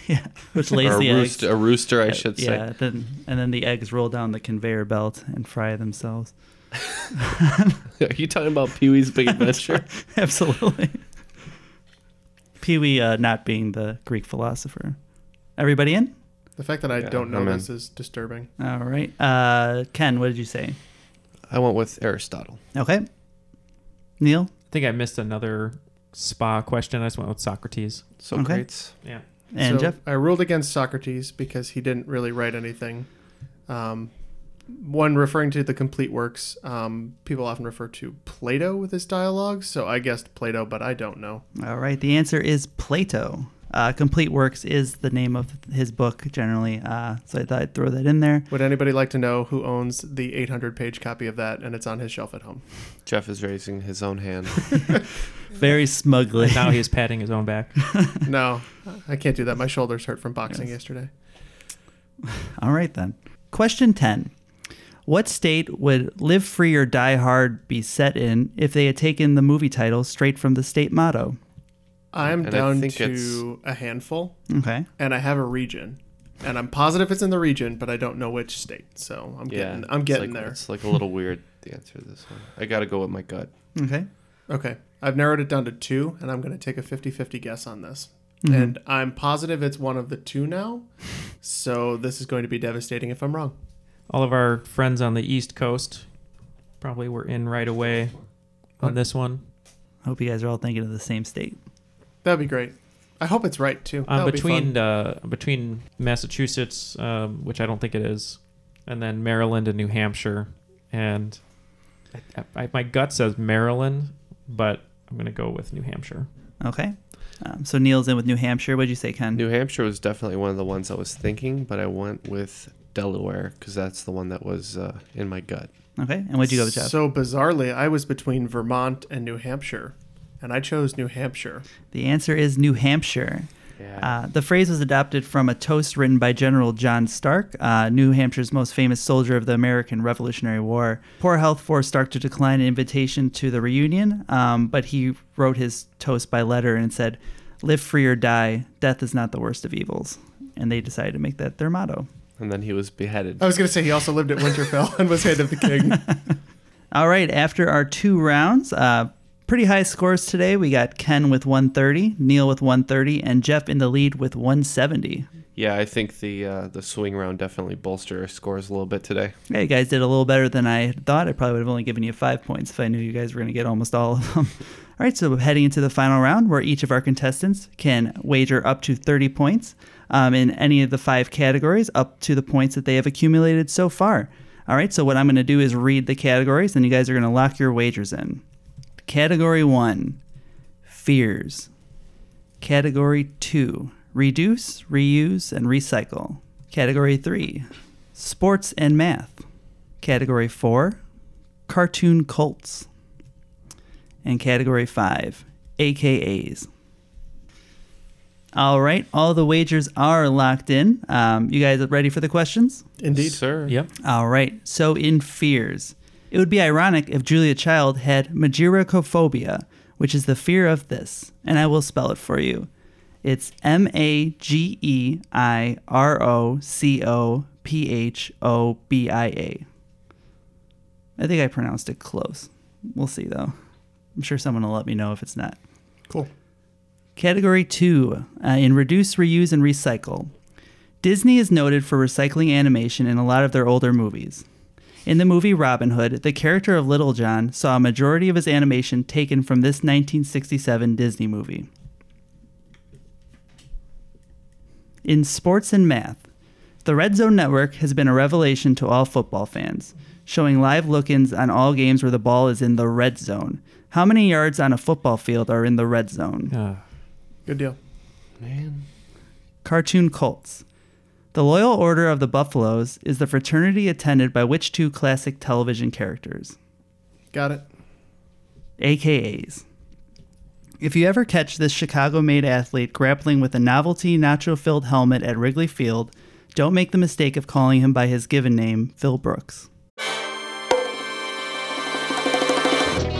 Speaker 3: Yeah. Which lays
Speaker 4: or a
Speaker 3: the Uh,
Speaker 4: rooster,
Speaker 3: eggs.
Speaker 4: a rooster, I should say.
Speaker 3: Yeah. Then, and then the eggs roll down the conveyor belt and fry themselves.
Speaker 4: Are you talking about Pee Wee's Big Adventure?
Speaker 3: Absolutely. Pee Wee uh, not being the Greek philosopher. Everybody in?
Speaker 6: The fact that I don't know
Speaker 4: I'm in.
Speaker 6: this is disturbing.
Speaker 3: All right. Uh, Ken, what did you say?
Speaker 4: I went with Aristotle.
Speaker 3: Okay. Neil?
Speaker 5: I think I missed another spa question. I just went with Socrates.
Speaker 4: Socrates.
Speaker 5: Yeah.
Speaker 3: And
Speaker 6: so
Speaker 3: Jeff?
Speaker 6: I ruled against Socrates because he didn't really write anything. Um, one referring to the complete works, um, people often refer to Plato with his dialogues, so I guessed Plato, but I don't know.
Speaker 3: All right. The answer is Plato. Uh, Complete Works is the name of his book generally. Uh, so I thought I'd throw that in there.
Speaker 6: Would anybody like to know who owns the 800 page copy of that and it's on his shelf at home?
Speaker 4: Jeff is raising his own hand.
Speaker 3: Very smugly.
Speaker 5: Now he's patting his own back.
Speaker 6: no, I can't do that. My shoulders hurt from boxing yesterday.
Speaker 3: All right, then. Question 10. What state would Live Free or Die Hard be set in if they had taken the movie title straight from the state motto?
Speaker 6: I'm
Speaker 4: And I
Speaker 6: down
Speaker 4: think
Speaker 6: to a handful,
Speaker 3: Okay.
Speaker 6: and I have a region, and I'm positive it's in the region, but I don't know which state. So I'm
Speaker 4: Yeah,
Speaker 6: getting, I'm getting
Speaker 4: it's like,
Speaker 6: there.
Speaker 4: It's like a little weird the answer to this one. I gotta go with my gut.
Speaker 3: Okay.
Speaker 6: Okay, I've narrowed it down to two, and I'm going to take a 50-50 guess on this.
Speaker 4: Mm-hmm.
Speaker 6: And I'm positive it's one of the two now. So this is going to be devastating if I'm wrong.
Speaker 5: All of our friends on the East Coast probably were in right away. on this one.
Speaker 3: I hope you guys are all thinking of the same state.
Speaker 6: That'd be great. I hope it's right too.
Speaker 5: Um,
Speaker 6: That would be fun.
Speaker 5: between uh, between Massachusetts, um, which I don't think it is, and then Maryland and New Hampshire, and I, I, my gut says Maryland, but I'm gonna go with New Hampshire.
Speaker 3: Okay. Um, so Neil's in with New Hampshire. What'd you say, Ken?
Speaker 4: New Hampshire was definitely one of the ones I was thinking, but I went with Delaware because that's the one that was uh, in my gut.
Speaker 3: okay. And what'd you go with, Jeff?
Speaker 6: So bizarrely, I was between Vermont and New Hampshire, and I chose New Hampshire.
Speaker 3: The answer is New Hampshire. Uh, the phrase was adopted from a toast written by General John Stark, uh, New Hampshire's most famous soldier of the American Revolutionary War. Poor health forced Stark to decline an invitation to the reunion, um, but he wrote his toast by letter and said, Live free or die, death is not the worst of evils. And they decided to make that their motto.
Speaker 4: And then he was beheaded.
Speaker 3: Oh.
Speaker 6: I was gonna say he also lived at Winterfell and was head of the king.
Speaker 3: All right, after our two rounds, uh, pretty high scores today. We got Ken with 130, Neil with 130, and Jeff in the lead with 170.
Speaker 4: Yeah, I think the uh, the swing round definitely bolstered our scores a little bit today.
Speaker 3: Yeah, you guys did a little better than I had thought. I probably would have only given you five points if I knew you guys were going to get almost all of them. All right, so heading into the final round where each of our contestants can wager up to 30 points um, in any of the five categories up to the points that they have accumulated so far. All right, so what I'm going to do is read the categories and you guys are going to lock your wagers in. Category one fears. Category two reduce, reuse, and recycle. Category three sports and math. Category 4, cartoon cults. And category 5, AKAs. All right, all the wagers are locked in. Um, you guys ready for the questions?
Speaker 6: Indeed.
Speaker 4: Sir.
Speaker 5: Yep.
Speaker 3: All right, so in fears. It would be ironic if Julia Child had magiricophobia, which is the fear of this, and I will spell it for you. It's M A G E I R O C O P H O B I A. I think I pronounced it close. We'll see though. I'm sure someone will let me know if it's not.
Speaker 6: Cool.
Speaker 3: Category 2 uh, in reduce, reuse, and recycle. Disney is noted for recycling animation in a lot of their older movies. In the movie Robin Hood, the character of Little John saw a majority of his animation taken from this 1967 Disney movie. In sports and math, the Red Zone Network has been a revelation to all football fans, showing live look ins on all games where the ball is in the red zone. How many yards on a football field are in the red zone?
Speaker 5: Uh,
Speaker 6: Good deal.
Speaker 3: Cartoon Cults. The Loyal Order of the Buffaloes is the fraternity attended by which two classic television characters?
Speaker 6: Got it.
Speaker 3: AKAs. If you ever catch this Chicago made athlete grappling with a novelty nacho filled helmet at Wrigley Field, don't make the mistake of calling him by his given name, Phil Brooks.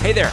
Speaker 10: Hey there,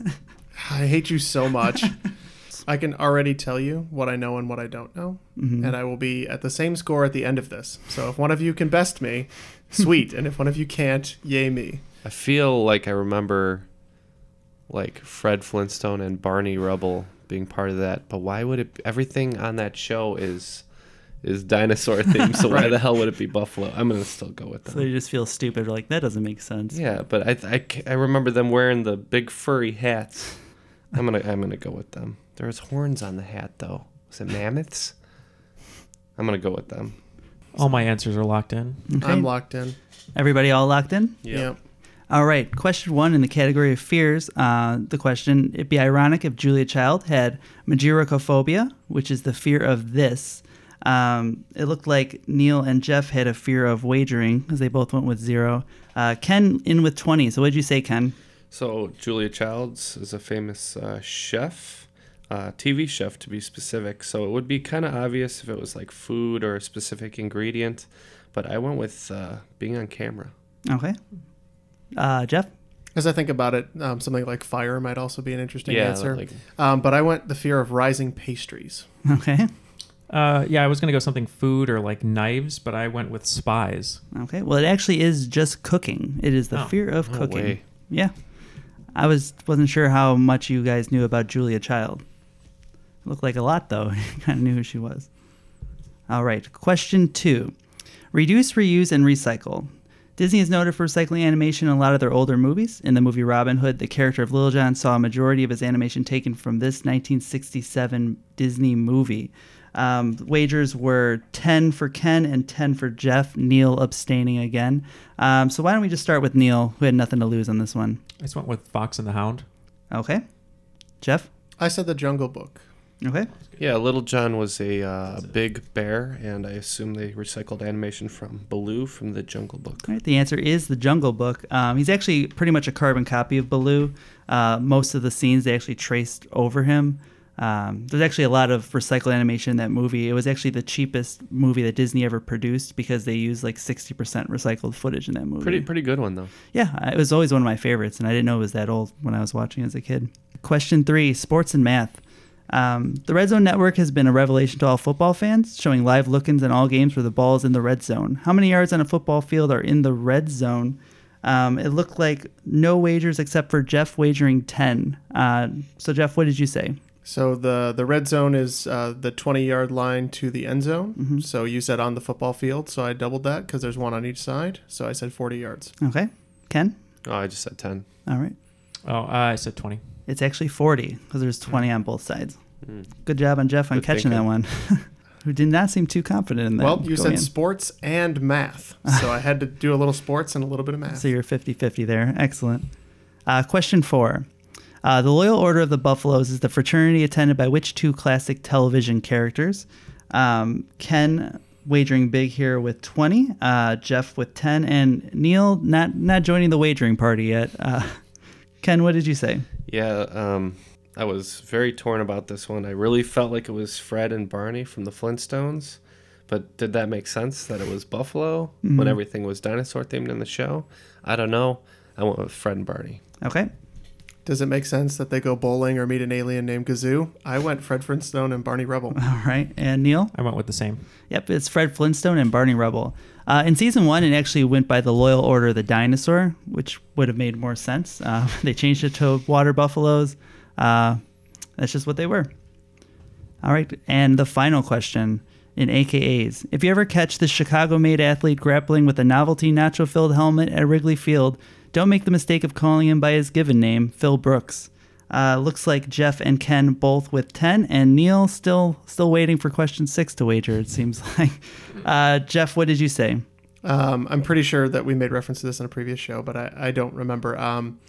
Speaker 6: I hate you so much. I can already tell you what I know and what I don't know,
Speaker 11: Mm-hmm.
Speaker 3: Mhm.
Speaker 6: and I will be at the same score at the end of this. So if one of you can best me, sweet, and if one of you can't, yay me.
Speaker 4: I feel like I remember like Fred Flintstone and Barney Rubble being part of that, but why would it everything on that show is is dinosaur themed, so why
Speaker 3: Right.
Speaker 4: the hell would it be buffalo? I'm going to still go with
Speaker 3: So
Speaker 4: them.
Speaker 3: they just feel stupid. Like that doesn't make sense.
Speaker 4: Yeah, but I, I ca- I remember them wearing the big furry hats. I'm going to I'm going to go with them. There was horns on the hat though. Was it mammoths? I'm going to go with them.
Speaker 5: All my answers are locked in.
Speaker 6: I'm locked in.
Speaker 3: Everybody all locked in?
Speaker 6: Yeah. Yep.
Speaker 3: All right. Question one in the category of fears. Uh, the question It'd be ironic if Julia Child had megirocophobia, which is the fear of this. Um, it looked like Neil and Jeff had a fear of wagering because they both went with zero. Uh, Ken in with 20. So what did you say, Ken?
Speaker 4: So Julia Childs is a famous uh, chef, uh, TV chef to be specific. So it would be kind of obvious if it was like food or a specific ingredient, but I went with uh, being on camera.
Speaker 3: Okay. Uh, Jeff?
Speaker 6: As I think about it, um, something like fire might also be an interesting
Speaker 4: Yeah,
Speaker 6: answer.
Speaker 4: like-
Speaker 6: um, but I went the fear of rising pastries.
Speaker 3: Okay.
Speaker 5: Uh, yeah, I was gonna go something food or like knives, but I went with spies.
Speaker 3: Okay. Well, it actually is just cooking. It is the
Speaker 5: Oh,
Speaker 3: fear of
Speaker 5: no
Speaker 3: cooking.
Speaker 5: way.
Speaker 3: Yeah. I was wasn't sure how much you guys knew about Julia Child. Looked like a lot though. you kind of knew who she was. All right. Question 2. Reduce, reuse and recycle. Disney is noted for recycling animation in a lot of their older movies. In the movie Robin Hood, the character of Little John saw a majority of his animation taken from this 1967 Disney movie. Um, wagers were 10 for Ken and 10 for Jeff, Neil abstaining again. Um, so why don't we just start with Neil, who had nothing to lose on this one?
Speaker 5: I just went with Fox and the Hound.
Speaker 3: Okay. Jeff?
Speaker 6: I said the Jungle Book.
Speaker 3: Okay.
Speaker 4: Yeah, Little John was a uh, big bear, and I assume they recycled animation from Baloo from the Jungle Book.
Speaker 3: All right, the answer is The Jungle Book. Um, he's actually pretty much a carbon copy of Baloo. Uh, most of the scenes they actually traced over him. Um, there's actually a lot of recycled animation in that movie. It was actually the cheapest movie that Disney ever produced because they used like 60% recycled footage in that movie.
Speaker 4: Pretty pretty good one though.
Speaker 3: Yeah, it was always one of my favorites, and I didn't know it was that old when I was watching as a kid. Question three sports and math. Um, the Red Zone Network has been a revelation to all football fans, showing live look ins in all games where the ball is in the red zone. How many yards on a football field are in the red zone? Um, it looked like no wagers except for Jeff wagering 10. Uh, so, Jeff, what did you say?
Speaker 6: So the the red zone is uh, the 20 yard line to the end zone.
Speaker 3: Mm-hmm.
Speaker 6: So you said on the football field. So I doubled that because there's one on each side. So I said 40 yards.
Speaker 3: Okay. Ken?
Speaker 4: Oh, I just said ten.
Speaker 3: All right.
Speaker 5: Oh, I said twenty.
Speaker 3: It's actually 40 because there's 20 on both sides. Good job on Jeff on
Speaker 5: Hmm. Good
Speaker 3: catching that
Speaker 5: thinking.
Speaker 3: one. Who did not seem too confident in that.
Speaker 6: Well,
Speaker 3: going
Speaker 6: you said
Speaker 3: in.
Speaker 6: sports and math. So I had to do a little sports and a little bit of math.
Speaker 3: So you're 50 50 there. Excellent. Uh, question four. Uh, the Loyal Order of the Buffaloes is the fraternity attended by which two classic television characters? Um, Ken wagering big here with 20, uh, Jeff with 10, and Neil not, not joining the wagering party yet. Uh, Ken, what did you say?
Speaker 4: Yeah, um, I was very torn about this one. I really felt like it was Fred and Barney from the Flintstones, but did that make sense that it was Buffalo
Speaker 3: Mhm.
Speaker 4: when everything was dinosaur themed in the show? I don't know. I went with Fred and Barney.
Speaker 3: Okay.
Speaker 6: Does it make sense that they go bowling or meet an alien named Gazoo? I went Fred Flintstone and Barney Rubble.
Speaker 3: All right. And Neil?
Speaker 5: I went with the same.
Speaker 3: Yep, it's Fred Flintstone and Barney Rubble. Uh, in season one, it actually went by the Loyal Order of the Dinosaur, which would have made more sense. Uh, they changed it to Water Buffaloes. Uh, that's just what they were. All right, and the final question in AKAs. If you ever catch the Chicago made athlete grappling with a novelty nacho filled helmet at Wrigley Field, don't make the mistake of calling him by his given name, Phil Brooks. Uh, looks like Jeff and Ken both with 10, and Neil still still waiting for question six to wager, it seems like. Uh, Jeff, what did you say?
Speaker 6: Um, I'm pretty sure that we made reference to this in a previous show, but I, I don't remember. Um,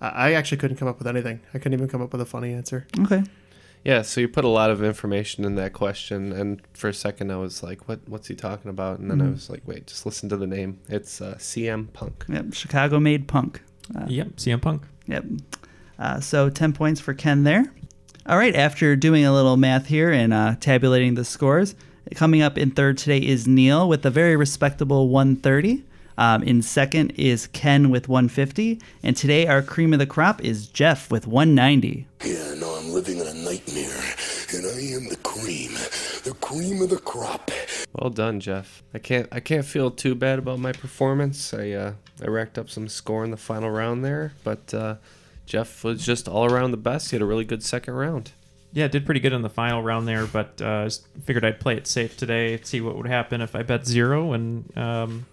Speaker 6: I I actually couldn't come up with anything. I couldn't even come up with a funny answer.
Speaker 3: Okay.
Speaker 4: Yeah, so you put a lot of information in that question, and for a second I was like, "What? What's he talking about?" And then I
Speaker 3: Mhm.
Speaker 4: was like, "Wait, just listen to the name. It's uh, CM Punk."
Speaker 3: Yep, Chicago made punk. Uh,
Speaker 5: yep, CM Punk.
Speaker 3: Yep. Uh, so 10 points for Ken there. All right, after doing a little math here and uh, tabulating the scores, coming up in third today is Neil with a very respectable 130. Um, in second is Ken with 150. And today, our cream of the crop is Jeff with 190.
Speaker 7: Yeah, no, I'm living in a nightmare. and I am the cream, the cream of the crop.
Speaker 4: Well done, Jeff. I can't I can't feel too bad about my performance. I uh, I racked up some score in the final round there, but uh, Jeff was just all around the best. He had a really good second round.
Speaker 5: Yeah, did pretty good in the final round there, but uh, just figured I'd play it safe today, see what would happen if I bet zero, and um,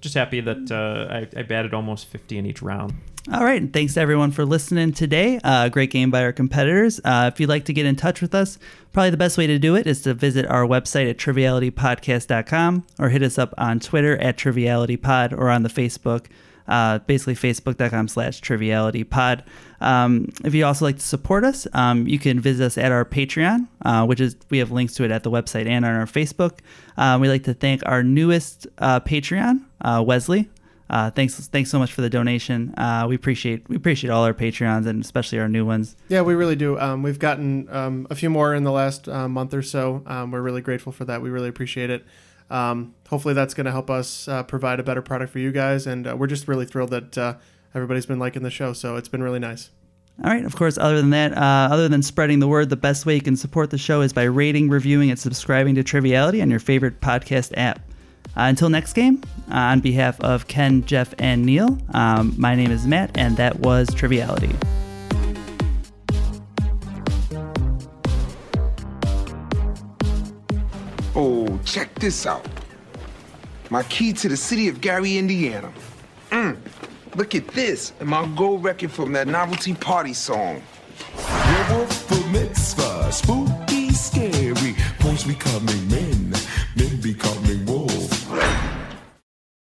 Speaker 5: just happy that uh, I, I batted almost 50 in each round.
Speaker 3: All right, and thanks to everyone for listening today. Uh, great game by our competitors. Uh, if you'd like to get in touch with us, probably the best way to do it is to visit our website at trivialitypodcast.com or hit us up on Twitter at trivialitypod or on the Facebook, uh, basically facebook.com slash trivialitypod. Um, if you also like to support us, um, you can visit us at our Patreon, uh, which is we have links to it at the website and on our Facebook. Uh, we like to thank our newest uh, Patreon, uh, Wesley. Uh, thanks, thanks so much for the donation. Uh, we appreciate we appreciate all our Patreons and especially our new ones.
Speaker 6: Yeah, we really do. Um, we've gotten um, a few more in the last uh, month or so. Um, we're really grateful for that. We really appreciate it. Um, hopefully, that's going to help us uh, provide a better product for you guys. And uh, we're just really thrilled that uh, everybody's been liking the show. So it's been really nice.
Speaker 3: All right. Of course, other than that, uh, other than spreading the word, the best way you can support the show is by rating, reviewing, and subscribing to Triviality on your favorite podcast app. Uh, until next game, uh, on behalf of Ken, Jeff, and Neil, um, my name is Matt, and that was Triviality.
Speaker 12: Oh, check this out. My key to the city of Gary, Indiana. Mm, look at this, and my gold record from that novelty party song.
Speaker 13: Werewolf for mitzvah, spooky, scary. Boys becoming men, men becoming wolves.